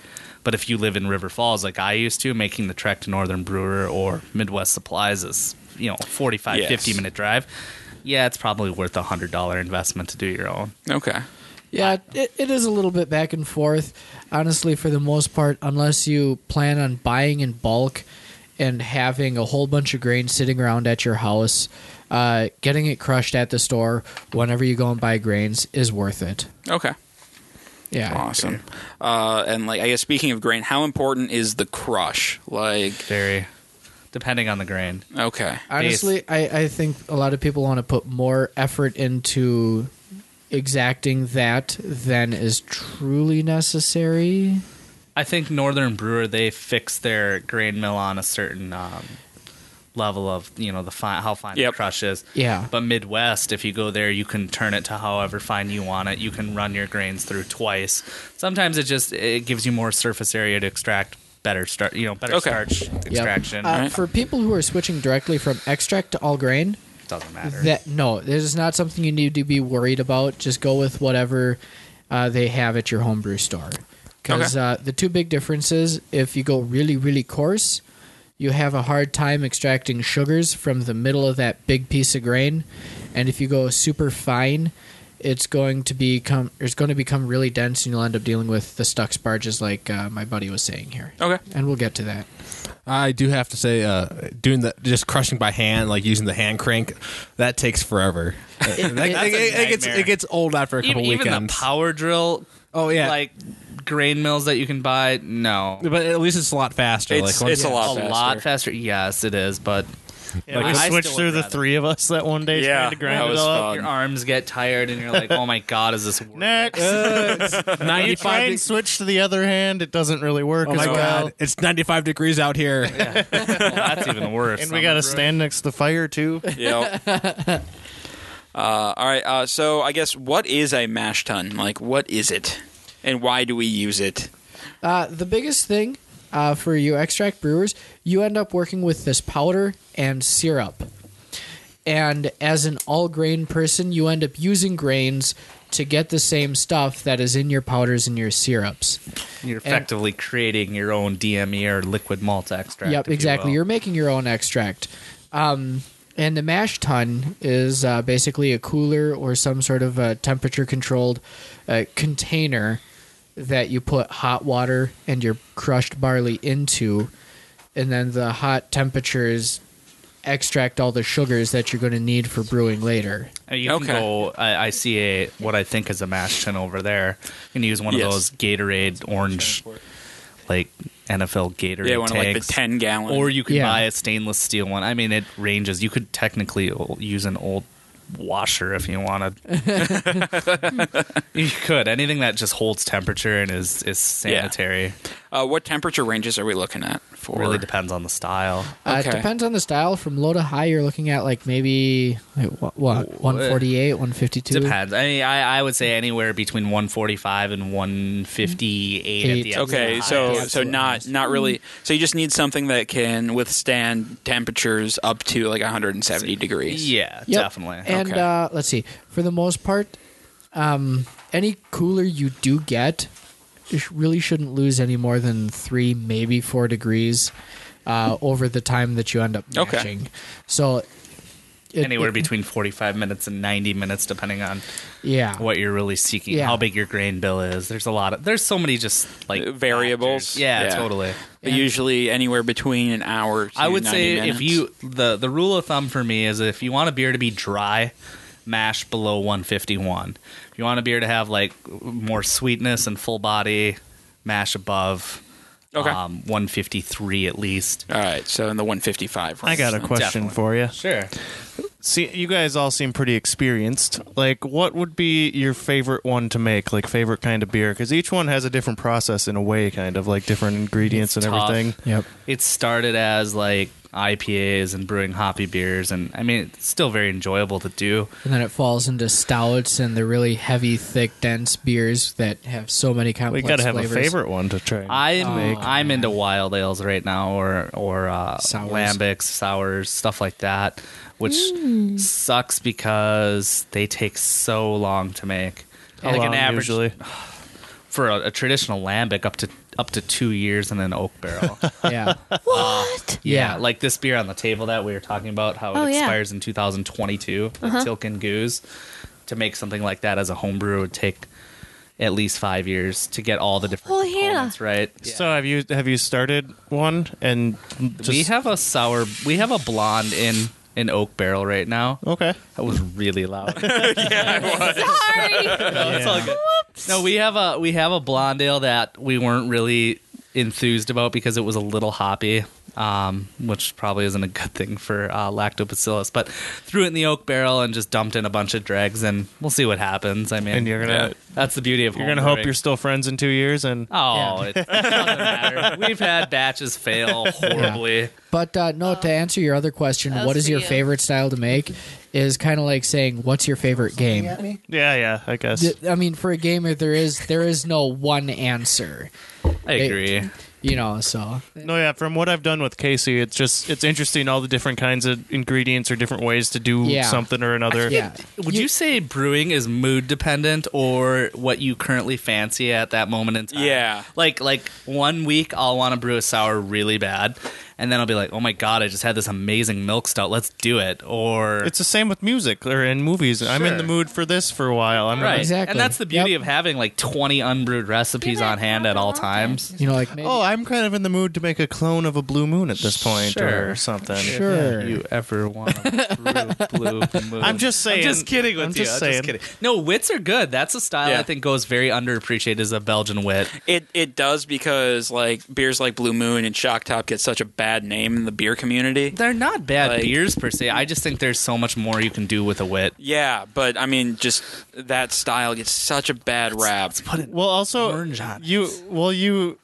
S8: But if you live in River Falls, like I used to, making the trek to Northern Brewer or Midwest Supplies is you know 45,
S1: Yes.
S8: 50 minute drive. Yeah, it's probably worth a hundred dollar investment to do your own.
S1: okay,
S7: Yeah, it, it is a little bit back and forth. Honestly, for the most part, unless you plan on buying in bulk and having a whole bunch of grain sitting around at your house, uh, getting it crushed at the store whenever you go and buy grains is worth it.
S1: okay.
S7: Yeah.
S1: Awesome. Uh, and like, I guess speaking of grain, how important is the crush? Like,
S8: Very depending on the grain.
S1: okay,
S7: Honestly, I, I think a lot of people want to put more effort into exacting that than is truly necessary.
S8: I think Northern Brewer they fix their grain mill on a certain um, level of you know the fine how fine
S1: Yep.
S8: the crush is.
S7: Yeah.
S8: But Midwest, if you go there, you can turn it to however fine you want it. You can run your grains through twice. Sometimes it just it gives you more surface area to extract better start you know better
S1: Okay.
S8: starch extraction.
S7: Uh,
S1: Alright.
S7: For people who are switching directly from extract to all grain,
S8: Doesn't matter.
S7: that no, this is not something you need to be worried about. Just go with whatever uh, they have at your homebrew store. because
S1: Okay.
S7: uh, the two big differences if you go really really coarse you have a hard time extracting sugars from the middle of that big piece of grain and if you go super fine it's going to become it's going to become really dense and you'll end up dealing with the stuck sparges like uh, my buddy was saying here
S1: okay
S7: and we'll get to that
S5: I do have to say, uh, doing the just crushing by hand, like using the hand crank, that takes forever. That-
S8: It-
S5: that-
S8: that's
S5: it,
S8: a
S5: it gets
S8: nightmare.
S5: it gets old after a
S8: Even,
S5: couple
S8: even the
S5: weekends.
S8: power drill.
S5: Oh yeah,
S8: like grain mills that you can buy. No,
S5: but at least it's a lot faster.
S8: It's-
S5: like,
S8: it's a lot A lot faster. Yes, it is. But
S2: like we
S8: I
S2: switched
S8: still
S2: through
S8: would
S2: the
S8: rather-
S2: three of us that one day
S8: Yeah,
S2: trying to grind
S8: that was
S2: it all up.
S8: fun. Your arms get tired, and you're like, "Oh my god, is this worth
S2: Next, When you
S5: 95
S2: try
S5: de-
S2: and switch to the other hand, it doesn't really work.
S5: Oh
S2: as
S5: my
S2: well.
S5: god, it's 95 degrees out here.
S8: that's even worse.
S2: And we got to stand next to the fire too.
S1: Yeah. Uh, all right. Uh, so I guess what is a mash tun? Like, what is it, and why do we use it?
S7: Uh, the biggest thing uh, for you extract brewers, you end up working with this powder and syrup. And as an all grain person, you end up using grains to get the same stuff that is in your powders and your syrups.
S8: You're effectively creating your own DME or liquid malt extract.
S7: Yep,
S8: if you
S7: exactly.
S8: will.
S7: You're making your own extract. Um, and the mash tun is uh, basically a cooler or some sort of uh temperature controlled uh, container that you put hot water and your crushed barley into. And then the hot temperatures extract all the sugars that you're going to need for brewing later.
S8: Uh, You can go. I, I see a what I think is a mash tin over there. You can use one
S1: Yes.
S8: of those Gatorade orange, like NFL Gatorade.
S1: Yeah, one of, like, the
S8: tanks.
S1: 10 gallon.
S8: Or you can
S1: Yeah.
S8: buy a stainless steel one. I mean, it ranges. You could technically o- use an old washer if you wanted. you could anything that just holds temperature and is is sanitary.
S1: Uh, what temperature ranges are we looking at? For
S8: Really depends on the style.
S7: Uh, it depends on the style. From low to high, you're looking at like maybe like, what, what 148, 152.
S8: Depends. I mean, I, I would say anywhere between 145 and 158 at the
S1: okay,
S8: absolute
S1: so
S8: highest.
S1: so not not really. So you just need something that can withstand temperatures up to like 170 degrees.
S8: Yeah,
S7: Yep. And uh, let's see. For the most part, um, any cooler you do get you sh- really shouldn't lose any more than three, maybe four degrees uh, over the time that you end up
S8: Okay.
S7: matching. So Mm-hmm. it-
S8: anywhere
S7: it-
S8: between 45 minutes and 90 minutes depending on
S7: Yeah.
S8: what you're really seeking
S7: Yeah.
S8: how big your grain bill is there's a lot of there's so many just like
S1: Uh, variables.
S8: factors. yeah, totally
S1: But usually anywhere between an hour. To
S8: i would
S1: 90
S8: say
S1: minutes.
S8: if you the the rule of thumb for me is if you want a beer to be dry mash below 151 if you want a beer to have like more sweetness and full body mash above
S1: Okay.
S8: um, 153 at least
S1: all right so in the 155
S2: I got a question for you.
S8: Sure.
S2: See, you guys all seem pretty experienced. Like, what would be your favorite one to make? Like, favorite kind of beer? Because each one has a different process in a way, kind of like different ingredients and
S8: tough.
S2: everything.
S8: It started as like IPAs and brewing hoppy beers, and I mean, it's still very enjoyable to do.
S7: And then it falls into stouts and the really heavy, thick, dense beers that have so many
S2: We
S7: complex
S2: got to have
S7: flavors.
S2: a favorite one to try. and
S8: I'm
S2: make.
S8: I'm into wild ales right now, or or uh, lambics, sours, stuff like that, which
S2: Mm.
S8: sucks because they take so long to make.
S2: How long usually?
S8: for a, a traditional lambic up to up to two years in an oak barrel.
S7: Yeah.
S8: what? Yeah,
S7: Yeah.
S8: like this beer on the table that we were talking about, how it
S7: Oh, yeah.
S8: expires in 2022. the
S7: Uh-huh.
S8: Tilken Goose. To make something like that as a homebrew would take at least five years to get all the different
S4: Well, Hannah.
S8: components right.
S2: So have you have you started one and just,
S8: we have a sour. We have a blonde in an oak barrel right now.
S2: Okay,
S8: that was really loud.
S4: Sorry.
S8: No, it's all good. No, we have a we have a blonde ale that we weren't really enthused about because it was a little hoppy, um, which probably isn't a good thing for uh, lactobacillus. But threw it in the oak barrel and just dumped in a bunch of dregs, and we'll see what happens. I mean,
S2: And you're gonna- Yeah.
S8: that's the beauty of
S2: you're
S8: home
S2: gonna hope
S8: brewing.
S2: you're still friends in two years and
S8: Oh, it, it doesn't matter. We've had batches fail horribly.
S7: But uh, no, to answer your other question, what is your favorite style to make? Is kind of like saying, "What's your favorite game?"
S2: yeah, yeah, I guess.
S7: D- I mean, for a gamer, there is there is no one answer.
S8: I agree.
S7: you know, so
S2: No, yeah. From what I've done with Casey, it's just it's interesting all the different kinds of ingredients or different ways to do
S7: Yeah.
S2: something or another.
S8: Would you, say brewing is mood dependent or what you currently fancy at that moment in time?
S1: Yeah.
S8: Like like one week I'll want to brew a sour really bad, and then I'll be like, oh my god, I just had this amazing milk stout. Let's do it. Or
S2: It's the same with music or in movies. I'm in
S8: Sure.
S2: the mood for this for a while. I'm
S8: right,
S2: Exactly.
S8: and that's the beauty of having like twenty unbrewed recipes on hand at all times.
S7: you know, like
S2: Oh, I'm kind of in the mood to make a clone of a blue moon at this point or
S8: Sure.
S2: something.
S8: Sure. If you ever want to brew blue moon.
S2: I'm just saying.
S8: I'm just kidding with
S2: I'm
S8: you.
S2: just
S8: I'm
S2: saying.
S8: just kidding. No, wits are good. That's a style
S1: Yeah.
S8: I think goes very underappreciated as a Belgian wit.
S1: It it does because like beers like Blue Moon and Shock Top get such a bad name in the beer community.
S8: They're not bad
S1: Like-
S8: beers per se. I just think there's so much more you can do with a wit.
S1: Yeah, but I mean, just that style gets such a bad rap.
S2: Well, also
S8: orange on it.
S2: you. Well, you.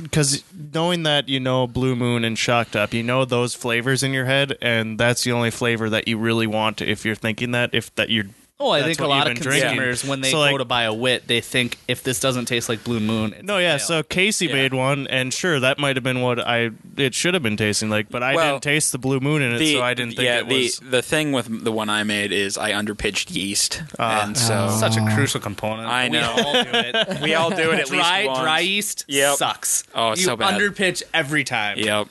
S2: Because knowing that you know Blue Moon and Shocked Up, you know those flavors in your head, and that's the only flavor that you really want if you're thinking that. If that you're.
S8: Oh, I
S2: that's
S8: think a
S2: what
S8: lot of
S2: you've been drinking.
S8: consumers when they
S2: So, like-
S8: go to buy a wit, they think if this doesn't taste like Blue Moon, it's
S2: No, yeah. So Casey made one, and sure, that might have been what I it should have been tasting like, but I
S1: Well,
S2: didn't taste the blue moon in it, so I didn't think
S1: yeah,
S2: it was.
S1: the the thing with the one I made is I underpitched yeast, and so
S8: Ah. such a crucial component.
S1: I know.
S8: We all do it.
S1: we all do it at
S8: dry
S1: least once.
S8: dry yeast
S1: Yep.
S8: sucks.
S1: Oh, it's
S8: you
S1: so bad.
S8: underpitch every time.
S1: Yep,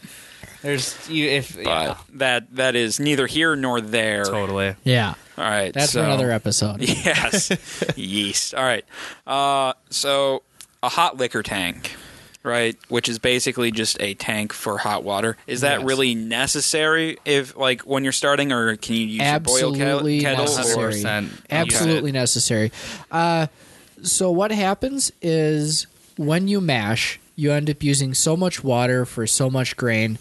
S8: There's you if
S1: but that that is neither here nor there.
S8: totally.
S7: yeah,
S1: All right,
S7: that's
S1: so,
S7: for another episode.
S1: Yes, yeast. All right, uh, so a hot liquor tank, right, which is basically just a tank for hot water. Is that really necessary if like when you're starting, or can you use your boil
S7: Absolutely
S1: ke- kettle? Or,
S7: necessary.
S8: 100% use
S7: Absolutely necessary. Uh, so what happens is when you mash, you end up using so much water for so much grain,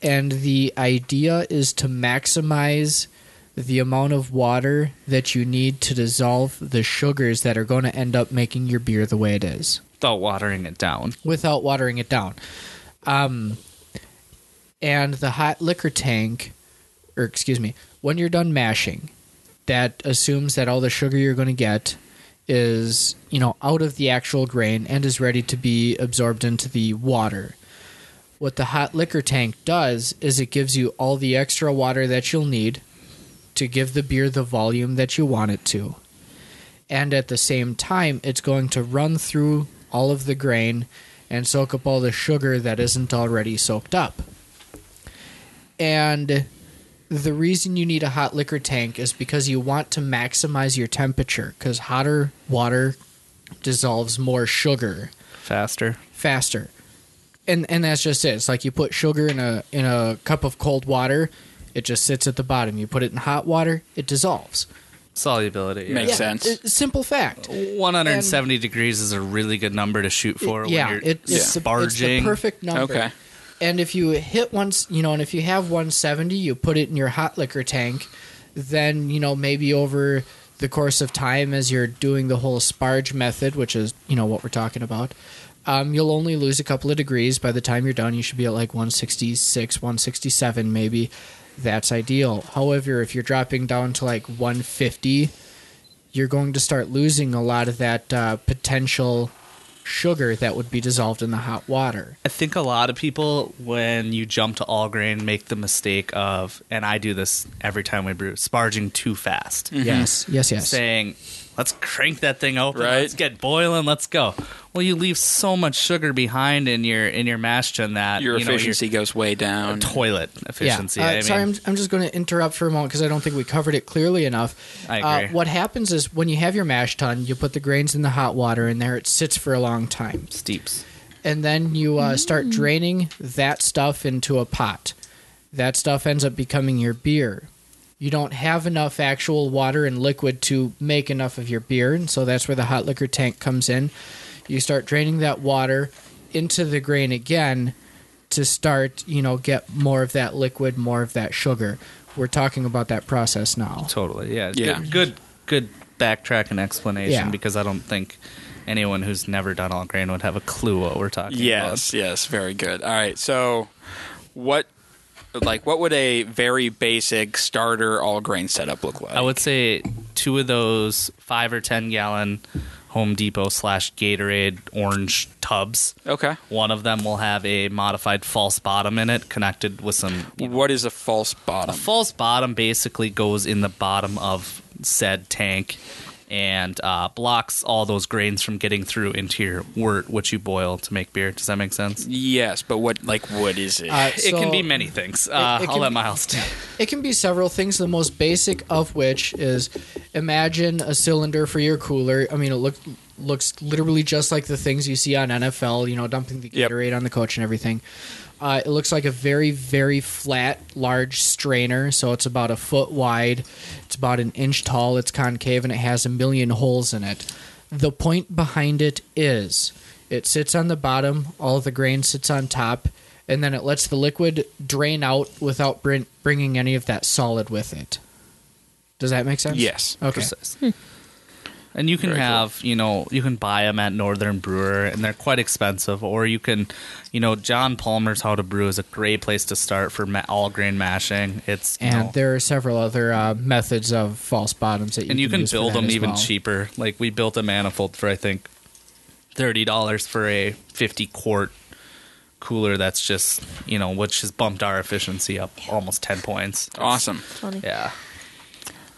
S7: and the idea is to maximize the amount of water that you need to dissolve the sugars that are going to end up making your beer the way it is.
S8: Without watering it down.
S7: without watering it down. Um, and the hot liquor tank, or excuse me, when you're done mashing, that assumes that all the sugar you're going to get is, you know, out of the actual grain and is ready to be absorbed into the water. What the hot liquor tank does is it gives you all the extra water that you'll need to give the beer the volume that you want it to and at the same time it's going to run through all of the grain and soak up all the sugar that isn't already soaked up. And the reason you need a hot liquor tank is because you want to maximize your temperature cuz hotter water dissolves more sugar
S8: Faster.
S7: faster. And and that's just it. It's like you put sugar in a in a cup of cold water, it just sits at the bottom. You put it in hot water, it dissolves.
S8: Solubility. yeah.
S1: Makes sense.
S7: Uh, Simple fact.
S8: 170 degrees is a really good number to shoot for
S7: yeah,
S8: when you're
S7: it- it's the-
S8: sparging.
S7: it's the perfect number.
S1: Okay.
S7: And if you hit once, you know, and if you have 170, you put it in your hot liquor tank, then, you know, maybe over the course of time as you're doing the whole sparge method, which is, you know, what we're talking about, um, you'll only lose a couple of degrees. By the time you're done, you should be at like 166, 167, maybe. That's ideal. However, if you're dropping down to like 150, you're going to start losing a lot of that uh, potential sugar that would be dissolved in the hot water.
S8: I think a lot of people, when you jump to all grain, make the mistake of, and I do this every time we brew, sparging too fast.
S1: Mm-hmm.
S7: Yes, yes, yes.
S8: Saying, let's crank that thing open,
S1: Right.
S8: let's get boiling, let's go. Well, you leave so much sugar behind in your in your mash tun that
S1: your
S8: you know,
S1: efficiency goes way down.
S8: toilet efficiency.
S7: Yeah. Uh,
S8: I mean,
S7: Sorry, I'm, I'm just going to interrupt for a moment because I don't think we covered it clearly enough.
S8: I
S7: Uh,
S8: agree.
S7: what happens is when you have your mash tun, you put the grains in the hot water in there. It sits for a long time,
S8: steeps.
S7: and then you uh, start draining that stuff into a pot. That stuff ends up becoming your beer. You don't have enough actual water and liquid to make enough of your beer, and so that's where the hot liquor tank comes in. You start draining that water into the grain again, to start, you know, get more of that liquid, more of that sugar. We're talking about that process now.
S8: Totally. Yeah.
S1: Yeah.
S8: Good, good, good backtrack and explanation
S7: Yeah.
S8: because I don't think anyone who's never done all grain would have a clue what we're talking
S1: Yes, yes, very good. All right, so what, like, what would a very basic starter all grain setup look like?
S8: about. I would say two of those five or ten gallon Home Depot slash Gatorade orange tubs.
S1: Okay.
S8: One of them will have a modified false bottom in it, connected with some.
S1: What is a false bottom?
S8: A false bottom basically goes in the bottom of said tank and uh, blocks all those grains from getting through into your wort, which you boil to make beer. Does that make sense?
S1: Yes, but what like what is it?
S7: Uh,
S8: it can
S7: so-
S8: be many things.
S7: It-
S8: Uh,
S7: it
S8: I'll
S7: can
S8: let
S7: be-
S8: Miles do.
S7: It can be several things, the most basic of which is imagine a cylinder for your cooler. I mean, it look, looks literally just like the things you see on NFL, you know, dumping the
S1: Yep.
S7: Gatorade on the coach and everything. Uh, it looks like a very, very flat, large strainer. So it's about a foot wide, it's about an inch tall, it's concave, and it has a million holes in it. The point behind it is it sits on the bottom, all the grain sits on top, and then it lets the liquid drain out without brin- bringing any of that solid with it. Does that make sense?
S1: Yes.
S7: Okay. Hmm.
S8: Precise. And you can have, you know, you can buy them at Northern Brewer, and they're quite expensive. Or you can, you know, John Palmer's How to Brew is a great place to start for ma- all grain mashing. It's you
S7: And
S8: know,
S7: there are several other uh, methods of false bottoms that you
S8: and you can,
S7: use for
S8: build
S7: that
S8: them
S7: as
S8: even
S7: well.
S8: cheaper. Like we built a manifold for I think thirty dollars for a fifty quart cooler. That's just you know, which has bumped our efficiency up almost ten points.
S1: Awesome.
S8: Yeah.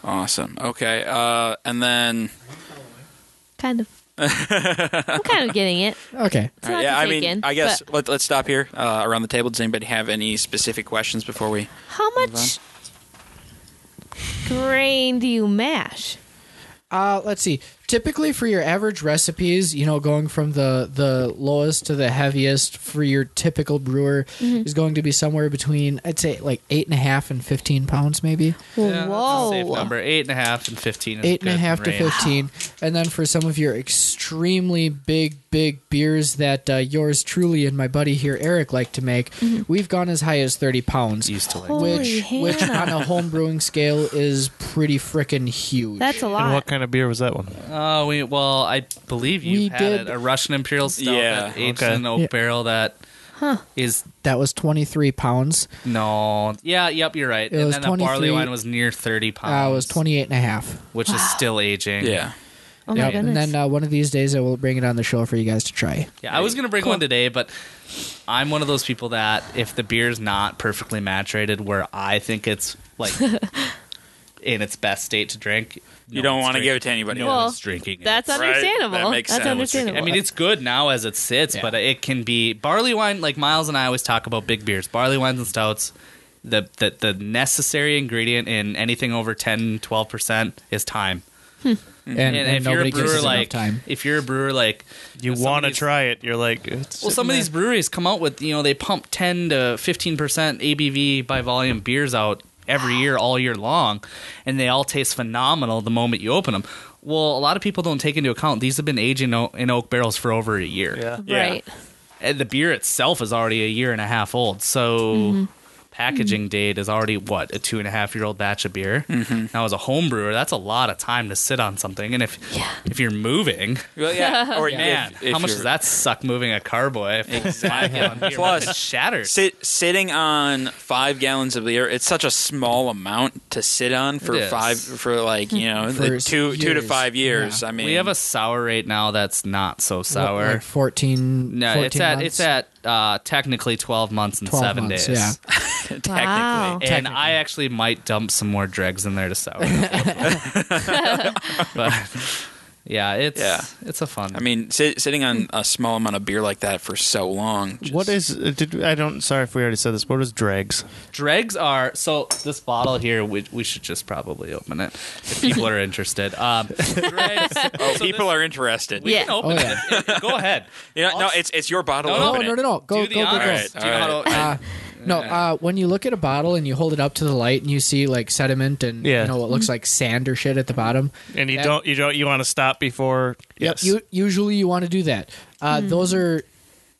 S1: Awesome. Okay. Uh, and then
S4: Kind of. I'm kind of getting it.
S7: Okay.
S4: It's not
S1: Uh, yeah,
S4: to
S1: I
S4: take
S1: mean,
S4: in,
S1: I guess
S4: but-
S1: let, let's stop here uh, around the table. Does anybody have any specific questions before we?
S4: How much grain do you mash?
S7: Uh, let's see. Typically, for your average recipes, you know, going from the the lowest to the heaviest for your typical brewer
S4: Mhm.
S7: is going to be somewhere between, I'd say, like eight and a half and fifteen pounds, maybe.
S8: Whoa. safe number. Eight and a half and fifteen is a
S7: Eight and a
S8: good
S7: half to
S8: range.
S7: fifteen, and then for some of your extremely big, big beers that uh, yours truly and my buddy here Eric like to make, we've gone as high as thirty pounds,
S8: Used to like
S4: Mm-hmm. Holy
S7: which which on
S4: Hannah.
S7: a home brewing scale is pretty frickin' huge.
S4: That's a
S2: And
S4: lot.
S2: what kind of beer was that one?
S8: Oh, we well, I believe you
S7: We
S8: had
S7: did-
S8: it, a Russian Imperial Stout
S1: Yeah.
S8: that aged
S2: Okay.
S8: in oak
S7: Yeah.
S8: barrel that
S4: Huh.
S8: is
S7: that was twenty three pounds.
S8: no, yeah, yep, you're right.
S7: It
S8: and
S7: was
S8: then the barley
S7: 23
S8: wine was near thirty
S7: Uh,
S8: pounds.
S7: it was 28 and a half.
S8: which is still aging.
S1: Yeah.
S4: Oh my
S7: Yep.
S4: goodness.
S7: And then uh, one of these days I will bring it on the show for you guys to try.
S8: Yeah, I was gonna bring one today, but I'm one of those people that if the beer's not perfectly maturated, where I think it's like in its best state to drink,
S1: You don't want to give it to anybody.
S8: No
S4: Well,
S8: one's drinking. it.
S4: That's
S1: Right, that
S4: understandable.
S1: makes
S4: That's
S1: sense.
S4: understandable.
S8: I mean, it's good now as it sits, but it can be barley wine. Like Miles and I always talk about big beers, barley wines and stouts. The the, the necessary ingredient in anything over 10, 12 percent is time.
S7: And,
S8: Mm-hmm. And,
S7: and
S8: if you're
S7: nobody
S8: a
S7: gives us
S8: brewer, like
S7: enough time.
S8: if you're a brewer, like
S2: You
S8: some
S2: want to
S8: of these-
S2: try it. You're like, it's
S8: well, some of these breweries come out with you know they pump ten to fifteen percent ABV by volume beers out every year, all year long, and they all taste phenomenal the moment you open them. Well, a lot of people don't take into account these have been aging o- in oak barrels for over a year.
S2: Yeah.
S4: right.
S8: and the beer itself is already a year and a half old. So packaging date is already what a two and a half year old batch of beer.
S1: Mm-hmm.
S8: Now as a home brewer, that's a lot of time to sit on something. And if if you're moving,
S1: Well, yeah. Or
S8: man,
S1: if- if
S8: how much
S1: you're-
S8: does that suck moving a carboy? Exactly.
S1: Plus-
S8: Plus shattered.
S1: Sit, sitting on five gallons of beer, it's such a small amount to sit on
S8: It
S1: for
S8: is.
S1: five for like you know
S7: For
S1: the two two to
S7: years.
S1: five years. I mean,
S8: we have a sour right now that's not so sour.
S7: Like 14.
S8: no,
S7: 14
S8: it's at
S7: months.
S8: it's at uh, technically twelve months and
S7: 12
S8: seven
S7: months,
S8: days.
S7: Yeah.
S1: technically.
S4: Wow.
S8: And I actually might dump some more dregs in there to sour. it. but yeah, it's
S1: Yeah.
S8: it's a fun.
S1: I mean, sit, sitting on a small amount of beer like that for so long. just-
S2: What is? uh, Did I don't? Sorry if we already said this. What is dregs?
S8: dregs are so this bottle here. We, we should just probably open it if people are interested. Um, dregs.
S1: Oh, people are interested.
S8: We can
S4: Yeah.
S8: open
S7: Oh, yeah.
S8: it. Go ahead.
S1: You know, no, it's it's your bottle.
S8: No, no,
S7: Oh,
S1: open
S7: no, no,
S1: it.
S7: no. Go,
S8: Do the
S7: go, go, go.
S8: honors.
S1: All
S8: Do you know how to-
S7: Uh, no, uh, when you look at a bottle and you hold it up to the light and you see like sediment and
S2: Yeah.
S7: you know what looks like sand or shit at the bottom.
S2: And you
S7: That-
S2: don't. You don't. You want to stop before? Yes.
S7: You, usually you want to do that. Uh, Those are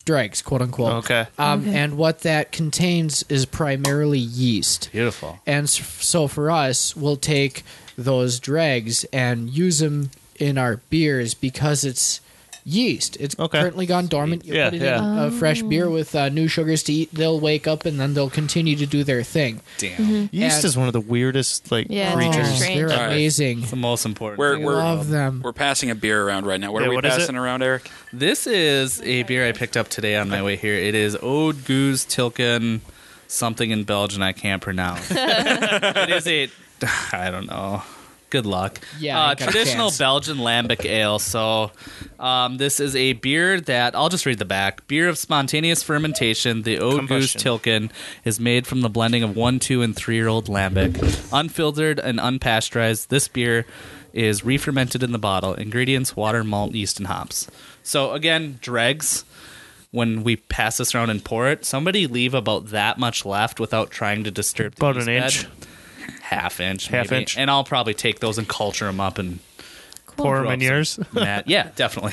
S7: dregs, quote unquote.
S2: Okay.
S7: Um, And what that contains is primarily yeast.
S8: Beautiful.
S7: And s- so for us, we'll take those dregs and use them in our beers because it's yeast. It's currently gone dormant. You
S2: Yeah,
S7: put it
S2: yeah.
S7: in a fresh beer with uh, new sugars to eat. They'll wake up and then they'll continue to do their thing.
S8: Damn.
S2: Yeast
S7: hmm, And-
S2: is one of the weirdest like
S7: Yeah, it's very
S2: creatures.
S7: strange. Oh, They're amazing.
S8: It's the most important.
S1: We're,
S8: thing
S1: we're,
S8: about
S7: them.
S1: We're passing a beer around right now. What
S8: Yeah,
S1: are we
S8: what is it?
S1: passing around, Eric?
S8: This is a beer I picked up today on my way here. It is Ode Goose Tilken something in Belgian I can't pronounce. it is a I don't know. Good luck.
S7: Yeah, I
S8: uh,
S7: ain't got a
S8: traditional
S7: chance.
S8: Belgian lambic ale. So, um, this is a beer that I'll just read the back. Beer of spontaneous fermentation. The Ode Goose
S2: Combustion.
S8: Tilken is made from the blending of one, two, and three-year-old lambic, unfiltered and unpasteurized. This beer is re-fermented in the bottle. Ingredients: water, malt, yeast, and hops. So again, dregs when we pass this around and pour it, somebody leave about that much left without trying to disturb the
S2: About
S8: yeast
S2: an
S8: bed.
S2: inch.
S8: half inch,
S2: Half
S8: maybe.
S2: inch.
S8: and I'll probably take those and culture them up and
S2: Pour 'em
S8: Grow
S2: in
S8: up some
S2: yours?
S8: mat. Yeah, definitely.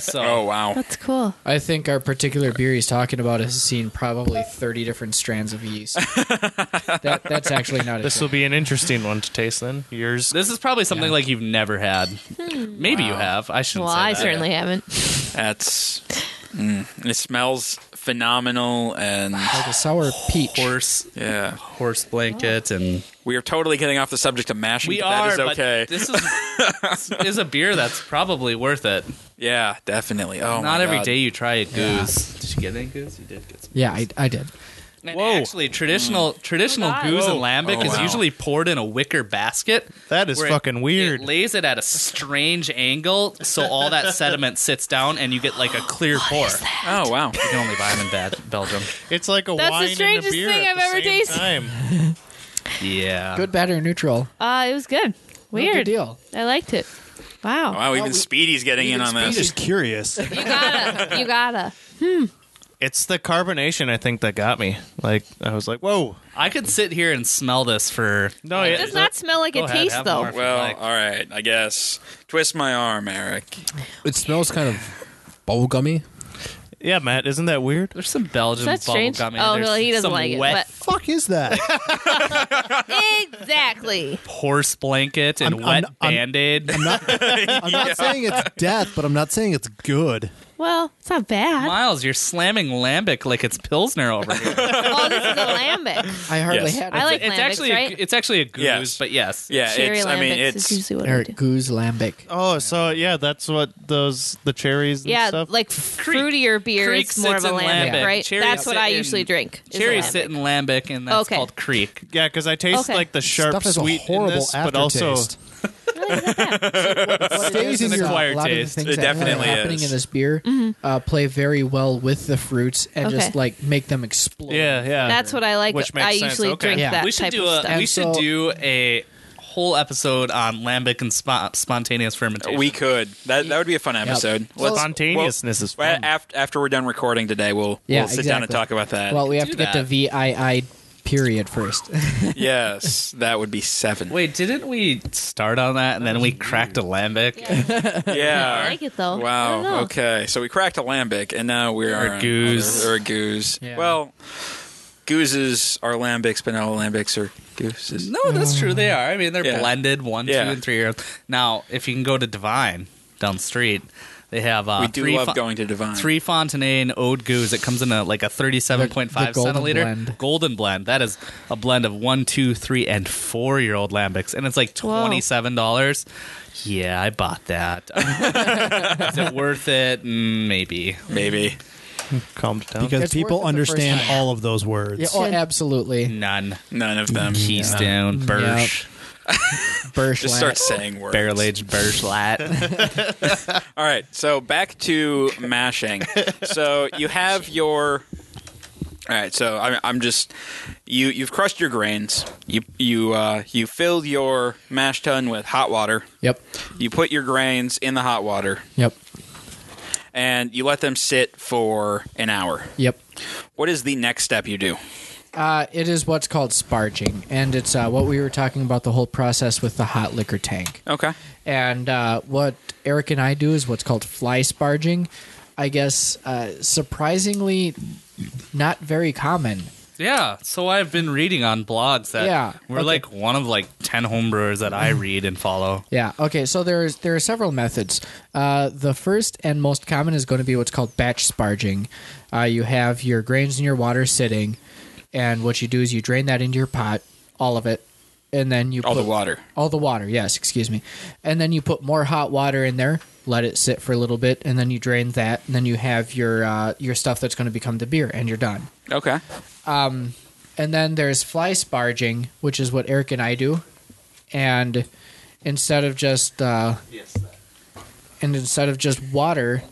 S8: so, oh
S1: wow,
S4: That's cool.
S7: I think our particular beer he's talking about has seen probably 30 different strands of yeast. that, that's actually not a
S2: This
S7: joke.
S2: will be an interesting one to taste then. Yours.
S8: This is probably something like you've never had. Maybe you have. I shouldn't.
S4: Hmm. Well,
S8: say
S4: I
S8: that.
S4: certainly haven't.
S1: That's. Mm, it smells phenomenal and.
S7: like a sour peach.
S8: Horse,
S1: yeah,
S8: horse blanket, and
S1: we are totally getting off the subject of mashing.
S8: We
S1: but
S8: are.
S1: That is
S8: but
S1: okay.
S8: this is this is a beer that's probably worth it.
S1: yeah, definitely. Oh,
S8: Not
S1: my
S8: every day
S1: God.
S8: you try a goose. Did you get any goose? You did get some.
S7: Yeah, I, I did.
S8: And actually, traditional traditional goose and lambic
S1: Oh,
S8: is
S1: wow.
S8: usually poured in a wicker basket.
S2: That is
S8: where it-
S2: fucking weird.
S8: It lays it at a strange angle, so all that sediment sits down, and you get like a clear pour.
S1: Oh wow.
S8: You can only buy them in Bad- Belgium.
S2: It's like a
S4: That's the
S2: wine and a
S4: strangest
S2: beer
S4: thing
S2: at
S4: I've ever
S2: the same
S4: tasted.
S2: time.
S8: Yeah.
S7: Good, bad, or neutral.
S4: Uh, it was good.
S7: No good
S4: Weird.
S7: deal.
S4: I liked it. Wow.
S1: Wow, even
S7: we-
S1: Speedy's getting in
S7: even
S1: on this.
S6: Just curious.
S4: You gotta. You gotta.
S2: It's the carbonation I think that got me. Like I was like, whoa.
S8: I could sit here and smell this for. uh,
S2: No,
S4: It does not smell like
S8: Go
S4: it
S8: ahead,
S4: tastes
S8: have
S4: though.
S8: more.
S1: Well,
S8: Like-
S1: all right, I guess. Twist my arm, Eric.
S5: It smells kind of bubblegummy.
S2: Yeah, Matt, isn't that weird?
S8: There's some Belgian
S4: Is that
S8: bubble
S4: strange?
S8: gum. in
S4: Oh,
S8: there.
S4: well, he doesn't
S8: some
S4: like it,
S8: wet
S6: fuck is that?
S4: Exactly.
S8: horse blanket and
S6: I'm-
S8: wet
S6: I'm- I'm-
S8: band aid.
S6: I'm not saying it's death, but I'm not saying it's good.
S4: Well, it's not bad.
S8: Miles, you're slamming lambic like it's pilsner over here.
S4: oh, this is a lambic.
S7: I hardly
S1: Yes.
S7: had it.
S4: I like
S8: it's
S4: lambics,
S8: actually a,
S4: right?
S8: it's actually a goose,
S1: Yes.
S8: but yes,
S1: Yeah,
S4: Cherry
S1: it's.
S4: lambics
S1: I mean, it's.
S4: is usually what I
S7: Eric
S4: do.
S7: Goose Lambic.
S2: Oh, so yeah, that's what those the cherries and
S4: Yeah,
S2: stuff.
S4: like fruitier beer
S8: Creek
S4: is more of
S8: sits
S4: a
S8: in
S4: lambic,
S8: lambic.
S4: right?
S8: Cherry
S4: That's what I
S8: sit in-
S4: usually drink. is
S8: cherry
S4: lambic.
S8: sit in lambic, and that's
S4: Okay.
S8: called creek.
S2: yeah, because I taste
S4: Okay.
S2: like the sharp
S6: Stuff has
S2: sweet
S6: a horrible
S2: in this,
S6: aftertaste.
S2: but also
S7: stays
S8: in your
S7: a lot of
S8: taste.
S7: the
S1: It
S7: things that are
S1: definitely
S7: happening
S1: is.
S7: in this beer
S8: Mm-hmm.
S7: uh, play very well with the fruits and just
S4: Okay.
S7: like make them explode.
S2: yeah, yeah.
S4: That's what I like.
S2: Which makes
S4: I
S2: sense.
S4: usually
S2: Okay.
S4: drink
S7: Yeah.
S4: that
S8: we should
S4: type
S8: do
S4: of
S8: a
S4: stuff.
S8: we
S7: And
S8: should
S7: so-
S8: do a whole episode on lambic and spo- spontaneous fermentation.
S1: We could. That that would be a fun episode.
S7: Well,
S2: spontaneousness is
S1: Well,
S2: fun.
S1: after, after we're done recording today, we'll,
S7: Yeah,
S1: we'll sit down and
S7: exactly.
S1: talk about that.
S7: Well, we have
S8: do
S7: to get
S8: that.
S7: to VII period first.
S1: yes, that would be seven.
S8: Wait, didn't we start on that and then we cracked a lambic
S1: yeah.
S4: I like it though. I don't know.
S1: Wow. Okay. So we cracked a lambic, and now we
S8: Or
S1: are
S8: a goose.
S1: Or a goose. Well, gooses are lambics, but not all lambics are gooses.
S8: No, that's true. They are. I mean, they're
S1: Yeah.
S8: blended one,
S1: Yeah.
S8: two, and three. Year. Now, if you can go to Divine down the street, they have uh,
S1: we do
S8: three
S1: love
S8: fo-
S1: going to divine.
S8: Three Fontenay and Ode Goose. It comes in a like a thirty-seven point five
S7: The- the golden
S8: centiliter
S7: blend.
S8: golden blend. That is a blend of one, two, three, and four-year-old lambics, and it's like
S4: Whoa.
S8: twenty-seven dollars. Yeah, I bought that. is it worth it? Mm, Maybe.
S1: maybe.
S2: calmed down.
S6: Because
S7: It's
S6: people
S7: worth it the first
S6: understand
S7: time.
S6: all of those words.
S7: yeah, oh,
S1: Mm-hmm.
S7: absolutely.
S8: None.
S1: None of them.
S8: Keystone, Birch,
S7: Birch
S1: Just start saying words.
S8: barrel-aged Birch Lat.
S1: All right, so back to mashing. So you have your. All right, so I'm, I'm just you. You've crushed your grains. You you uh, you filled your mash tun with hot water.
S7: Yep.
S1: You put your grains in the hot water
S7: Yep.
S1: and you let them sit for an hour.
S7: Yep.
S1: What is the next step you do?
S7: Uh, it is what's called sparging, and it's uh, what we were talking about the whole process with the hot liquor tank.
S1: Okay.
S7: And uh, what Eric and I do is what's called fly sparging. I guess uh, surprisingly not very common.
S8: Yeah, so I've been reading on blogs that
S7: Yeah,
S8: we're
S7: okay.
S8: like one of like ten homebrewers that I read and follow.
S7: Yeah. Okay. So there's there are several methods. Uh, the first and most common is going to be what's called batch sparging. Uh, you have your grains and your water sitting, and what you do is you drain that into your pot, all of it, and then you
S1: All the
S7: put-
S1: water.
S7: all the water. Yes, excuse me, and then you put more hot water in there. Let it sit for a little bit, and then you drain that, and then you have your uh, your stuff that's going to become the beer, and you're done.
S1: Okay.
S7: Um, and then there's fly sparging, which is what Eric and I do. And instead of just uh, and instead of just water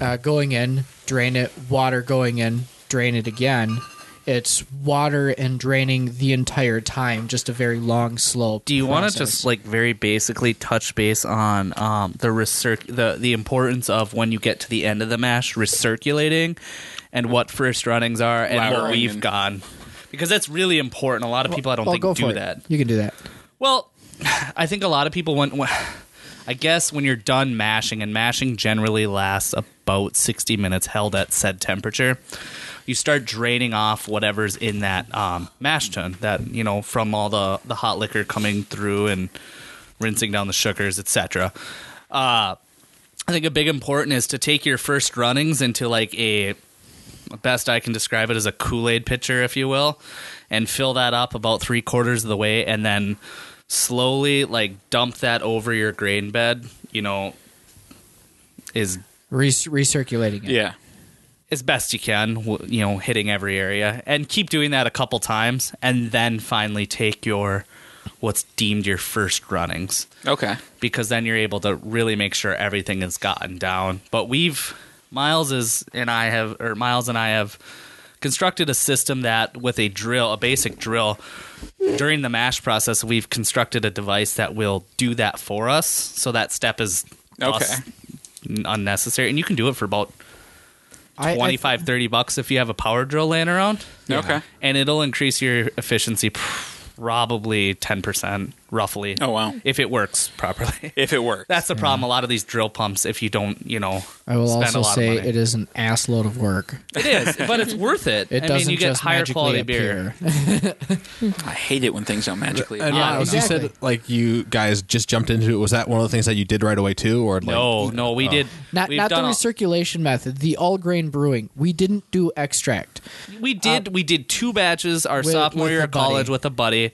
S7: uh, going in, drain it. Water going in, drain it again. It's water and draining the entire time, just a very long, slow.
S8: Do you want to
S7: process.
S8: just like very basically touch base on um, the recirc- the the importance of when you get to the end of the mash recirculating, and what first runnings are and what
S7: Laddering
S8: we've
S7: and-
S8: gone, because that's really important. A lot of people I don't
S7: Well,
S8: think
S7: go
S8: do
S7: for it.
S8: that.
S7: You can do that.
S8: Well, I think a lot of people when, when I guess when you're done mashing and mashing generally lasts about 60 minutes held at said temperature, you start draining off whatever's in that um, mash tun that you know from all the the hot liquor coming through and rinsing down the sugars, etc. Uh I think a big important is to take your first runnings into like a best I can describe it as a Kool Aid pitcher, if you will, and fill that up about three quarters of the way, and then slowly like dump that over your grain bed. You know, is
S7: Re- recirculating it.
S1: Yeah.
S8: as best you can, w- you know, hitting every area, and keep doing that a couple times, and then finally take your what's deemed your first runnings
S1: Okay.
S8: because then you're able to really make sure everything is gotten down. But we've Miles is and I have or Miles and I have constructed a system that with a drill, a basic drill, during the mash process, we've constructed a device that will do that for us. So that step is thus
S1: Okay.
S8: n- unnecessary, and you can do it for about
S7: I- I-
S8: 25 30 bucks if you have a power drill laying around
S1: Okay.
S8: and it'll increase your efficiency probably 10% roughly
S1: Oh, wow.
S8: if it works properly
S1: If it works
S8: that's the problem a lot of these drill pumps if you don't you know
S7: I will
S8: spend
S7: also
S8: a lot
S7: say
S8: of money
S7: it is an ass load of work.
S8: it is but it's worth it
S7: It
S8: i mean
S7: doesn't
S8: you get
S7: just
S8: higher
S7: magically
S8: quality
S7: appear.
S8: beer
S1: I hate it when things don't magically.
S5: And
S1: appear.
S5: Miles, you
S7: exactly.
S5: said like you guys just jumped into it. Was that one of the things that you did right away too, or like,
S8: no no we did
S7: uh, Not
S8: we've
S7: not the
S8: done a-
S7: recirculation method, the all grain brewing. We didn't do extract.
S8: we did we did two batches our
S7: uh, with-
S8: sophomore
S7: with
S8: year
S7: a
S8: of college
S7: buddy.
S8: with a buddy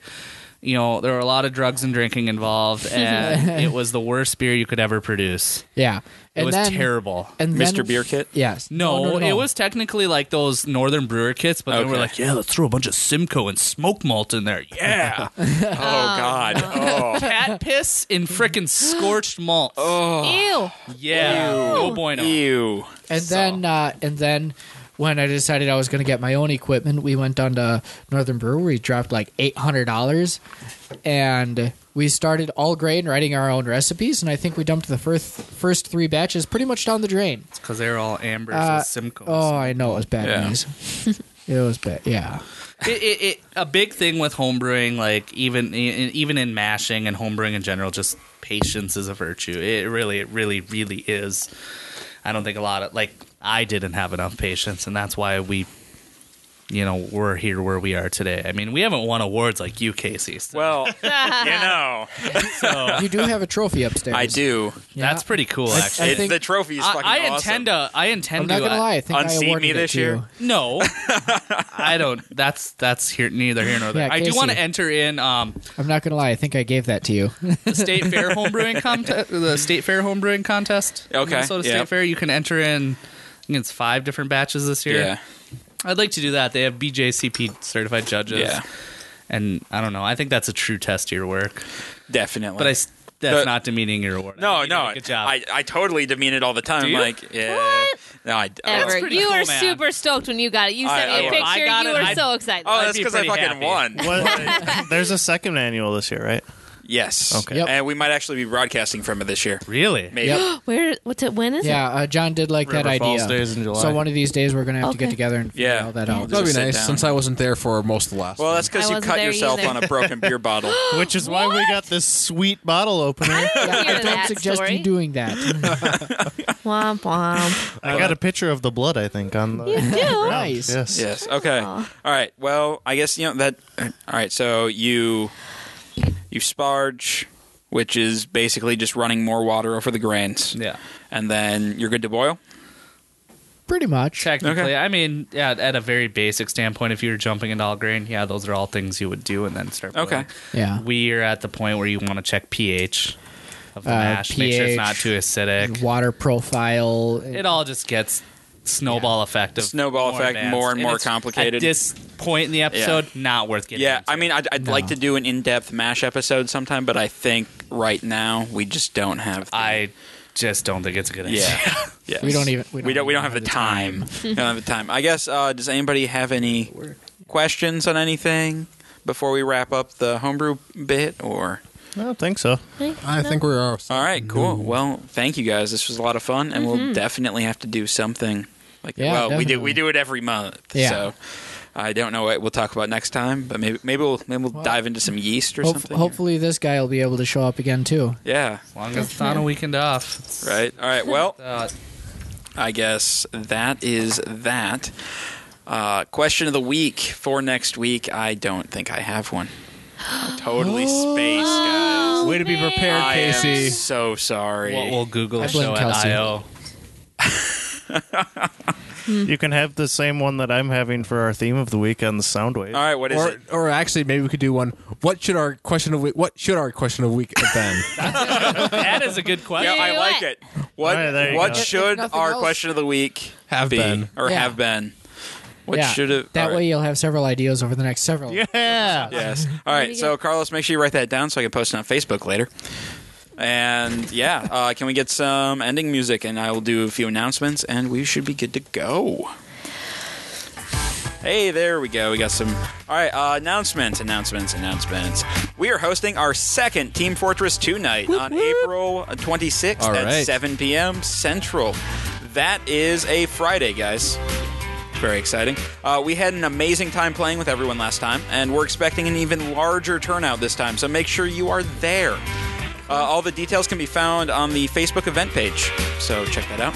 S8: you know there were a lot of drugs and drinking involved and it was the worst beer you could ever produce
S7: Yeah,
S8: It was terrible.
S7: And then,
S1: Mr. Beer Kit?
S7: Yes.
S8: No, it was technically like those Northern Brewer kits, but they were
S1: Okay.
S8: like, yeah, let's throw a bunch of Simcoe and smoke malt in there. Yeah.
S1: Oh God. Oh.
S8: Cat piss in frickin' scorched malt.
S1: Oh.
S4: Ew.
S8: Yeah. No bueno.
S1: Ew.
S7: And then uh, and then when I decided I was going to get my own equipment, we went down to Northern Brewery, dropped like eight hundred dollars, and we started all grain writing our own recipes. And I think we dumped the first first three batches pretty much down the drain.
S8: It's because they're all ambers
S7: Uh,
S8: with Simcoe.
S7: Oh, I know it was bad
S1: Yeah.
S7: news. it was bad. Yeah.
S8: it, it, it, a big thing with homebrewing, like even e- even in mashing and homebrewing in general, just patience is a virtue. It really, it really, really is. I don't think a lot of like I didn't have enough patience, and that's why we, you know, we're here where we are today. I mean, we haven't won awards like you, Casey. So
S1: Well, you know,
S7: you do have a trophy upstairs.
S1: I do.
S7: Yeah.
S8: that's pretty cool, actually.
S7: I
S1: It,
S7: think-
S1: the trophy is
S8: I,
S1: fucking
S8: I
S1: awesome.
S8: intend to. I intend
S7: I'm not
S8: to. uh,
S7: gonna
S8: I-
S7: lie. I think I
S1: unseat
S7: awarded
S1: me
S7: it
S1: this
S7: to
S1: year?
S7: you.
S8: No, I don't. That's that's here neither here nor there.
S7: Yeah,
S8: I do
S7: Casey.
S8: want to enter in um,
S7: I'm not gonna lie. I think I gave that to you.
S8: the state fair homebrewing contest. The state fair homebrewing contest.
S1: Okay,
S8: Minnesota
S1: yeah.
S8: State Fair. You can enter in. I think it's five different batches this year.
S1: Yeah.
S8: I'd like to do that. They have BJCP certified judges.
S1: Yeah.
S8: And I don't know. I think that's a true test of your work.
S1: Definitely.
S8: But I. s- That's
S1: The-
S8: not demeaning your award. I
S1: No,
S8: think you
S1: no.
S8: did a Good job.
S1: I, I totally demean it all the time.
S8: Do you?
S1: Like, yeah. No, I. I-
S4: Ever.
S8: pretty
S4: You
S8: cool,
S4: were
S8: man.
S4: super stoked when you got it. You
S1: I-
S4: sent
S1: I
S4: me a
S1: was.
S8: I
S4: picture.
S8: got
S4: You
S8: it.
S4: were
S8: I-
S4: so excited.
S1: oh,
S8: I'd
S1: that's
S8: be
S1: because I
S8: pretty
S1: fucking
S8: happy.
S1: won.
S2: What- There's a second annual this year, right?
S1: Yes.
S7: Okay. Yep.
S1: And we might actually be broadcasting from it this year.
S8: Really?
S1: Maybe.
S4: Where? What's it? When is
S7: yeah,
S4: it?
S7: uh, John did like that
S2: River
S7: idea.
S2: Falls Days in July.
S7: So one of these days we're gonna have to get
S4: Okay.
S7: together and figure
S1: Yeah.
S7: all that out.
S5: That'd be
S1: Just sit
S5: nice
S1: down.
S5: since I wasn't there for most of the last.
S1: Well, that's because
S4: I
S1: you
S4: wasn't
S1: cut
S4: there
S1: yourself
S4: either.
S1: on a broken beer bottle.
S2: Which is why we got this sweet bottle opener.
S4: I didn't hear
S7: I don't
S4: that
S7: suggest
S4: story.
S7: you doing that.
S4: Womp womp.
S2: I got a picture of the blood, I think, on the.
S4: You do.
S7: nice.
S2: Yes.
S1: Yes. Okay. All right. Well, I guess you know that. All right. So you you sparge, which is basically just running more water over the grains.
S8: Yeah.
S1: And then you're good to boil.
S7: Pretty much.
S8: Technically,
S1: Okay.
S8: I mean, yeah, at a very basic standpoint, if you were jumping into all grain, yeah, those are all things you would do and then start.
S1: Okay.
S8: boiling.
S7: Yeah.
S8: We are at the point where you want to check pH of the
S7: Uh,
S8: mash, make sure it's not
S7: pH.
S8: too acidic.
S7: Water profile. eh,
S8: It all just gets snowball effect of
S1: Snowball effect,
S8: advanced.
S1: more and more
S8: it's-
S1: complicated.
S8: At this point in the episode, not worth getting.
S1: Yeah.
S8: into.
S1: I mean, I'd, I'd like to do an in-depth mash episode sometime, but I think right now we just don't have. The,
S8: I just don't think it's a good idea.
S1: Yeah. yes.
S7: We don't even- we
S1: We don't.
S7: don't
S1: We don't
S7: even
S1: have the time. we don't have the time. I guess. Uh, does anybody have any questions on anything before we wrap up the homebrew bit or?
S2: I don't think so.
S5: I think we are.
S1: All right, cool. Well, thank you guys. This was a lot of fun, and we'll definitely have to do something like
S7: Yeah,
S1: well, we do we
S7: definitely.
S1: do it every month.
S7: Yeah.
S1: So I don't know what we'll talk about next time, but maybe maybe we'll maybe we'll dive into some yeast or
S7: Hope-
S1: something.
S7: hopefully this guy will be able to show up again too.
S1: Yeah.
S8: As long as it's not a weekend off.
S1: Right. All right. Well,
S8: Uh,
S1: I guess that is that. Uh, question of the week for next week. I don't think I have one. I totally
S7: Oh,
S1: space, guys.
S5: Way to be prepared,
S1: I am so sorry.
S8: we'll, we'll Google
S7: I
S8: a
S7: blame
S8: show at
S7: Kelsey.
S8: IO.
S1: Hmm.
S2: You can have the same one that I'm having for our theme of the week on the Soundwave.
S1: All right. What is
S5: Or,
S1: it?
S5: or actually, maybe we could do one. What should our question of week? What should our question of week have been?
S8: That is a good
S1: Yeah,
S8: question.
S1: I
S4: Hey,
S1: like
S4: what?
S1: it. What
S2: All right, there you
S1: what
S2: go.
S7: If-
S1: should
S7: if nothing
S1: our
S7: else-
S1: question of the week
S5: Have
S1: be
S5: been.
S1: or
S7: Yeah.
S1: have been? What
S7: yeah.
S1: should it
S7: That
S1: all right.
S7: way you'll have several ideas over the next several.
S2: Yeah.
S1: Yes. All right.
S4: you
S1: So Carlos, make sure you write that down so I can post it on Facebook later. And yeah, uh, can we get some ending music? And I will do a few announcements, and we should be good to go. Hey, there we go. We got some. All right, uh, announcements, announcements, announcements. We are hosting our second Team Fortress 2 night on April 26th
S5: All
S1: at
S5: right.
S1: 7 p.m. Central. That is a Friday, guys. Very exciting. Uh, we had an amazing time playing with everyone last time, and we're expecting an even larger turnout this time, so make sure you are there. Uh, all the details can be found on the Facebook event page, so check that out.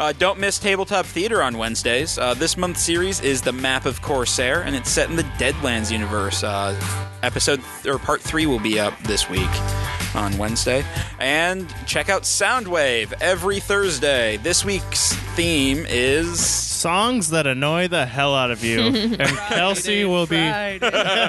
S1: Uh, don't miss Tabletop Theater on Wednesdays. Uh, this month's series is The Map of Corsair, and it's set in the Deadlands universe. Uh, episode or part three will be up this week on Wednesday. And check out Soundwave every Thursday. This week's theme is
S2: Songs that annoy the hell out of you, and Kelsey will be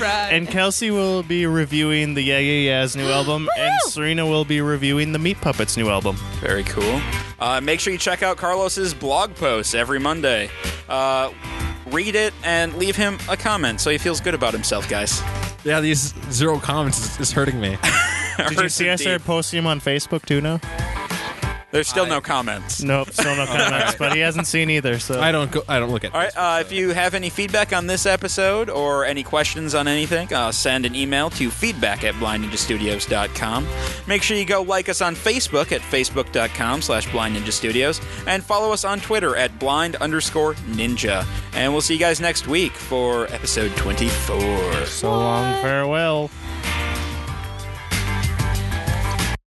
S2: and Kelsey will be reviewing the Yeah Yeah Yeahs new album, and Serena will be reviewing the Meat Puppets new album.
S1: Very cool. Uh, make sure you check out Carlos's blog posts every Monday. Uh, read it and leave him a comment so he feels good about himself, guys.
S5: yeah, these zero comments is, is hurting me.
S2: Did you see I started posting him on Facebook too now?
S1: There's still no comments.
S2: Nope, still no comments, but he hasn't seen either. So
S5: I don't go. I don't look at.
S1: All right. Uh, if you have any feedback on this episode or any questions on anything, uh, send an email to feedback at blindninjastudios.com. Make sure you go like us on Facebook at facebook.com slash blindninjastudios and follow us on Twitter at blind underscore ninja. And we'll see you guys next week for episode 24.
S2: so long, farewell.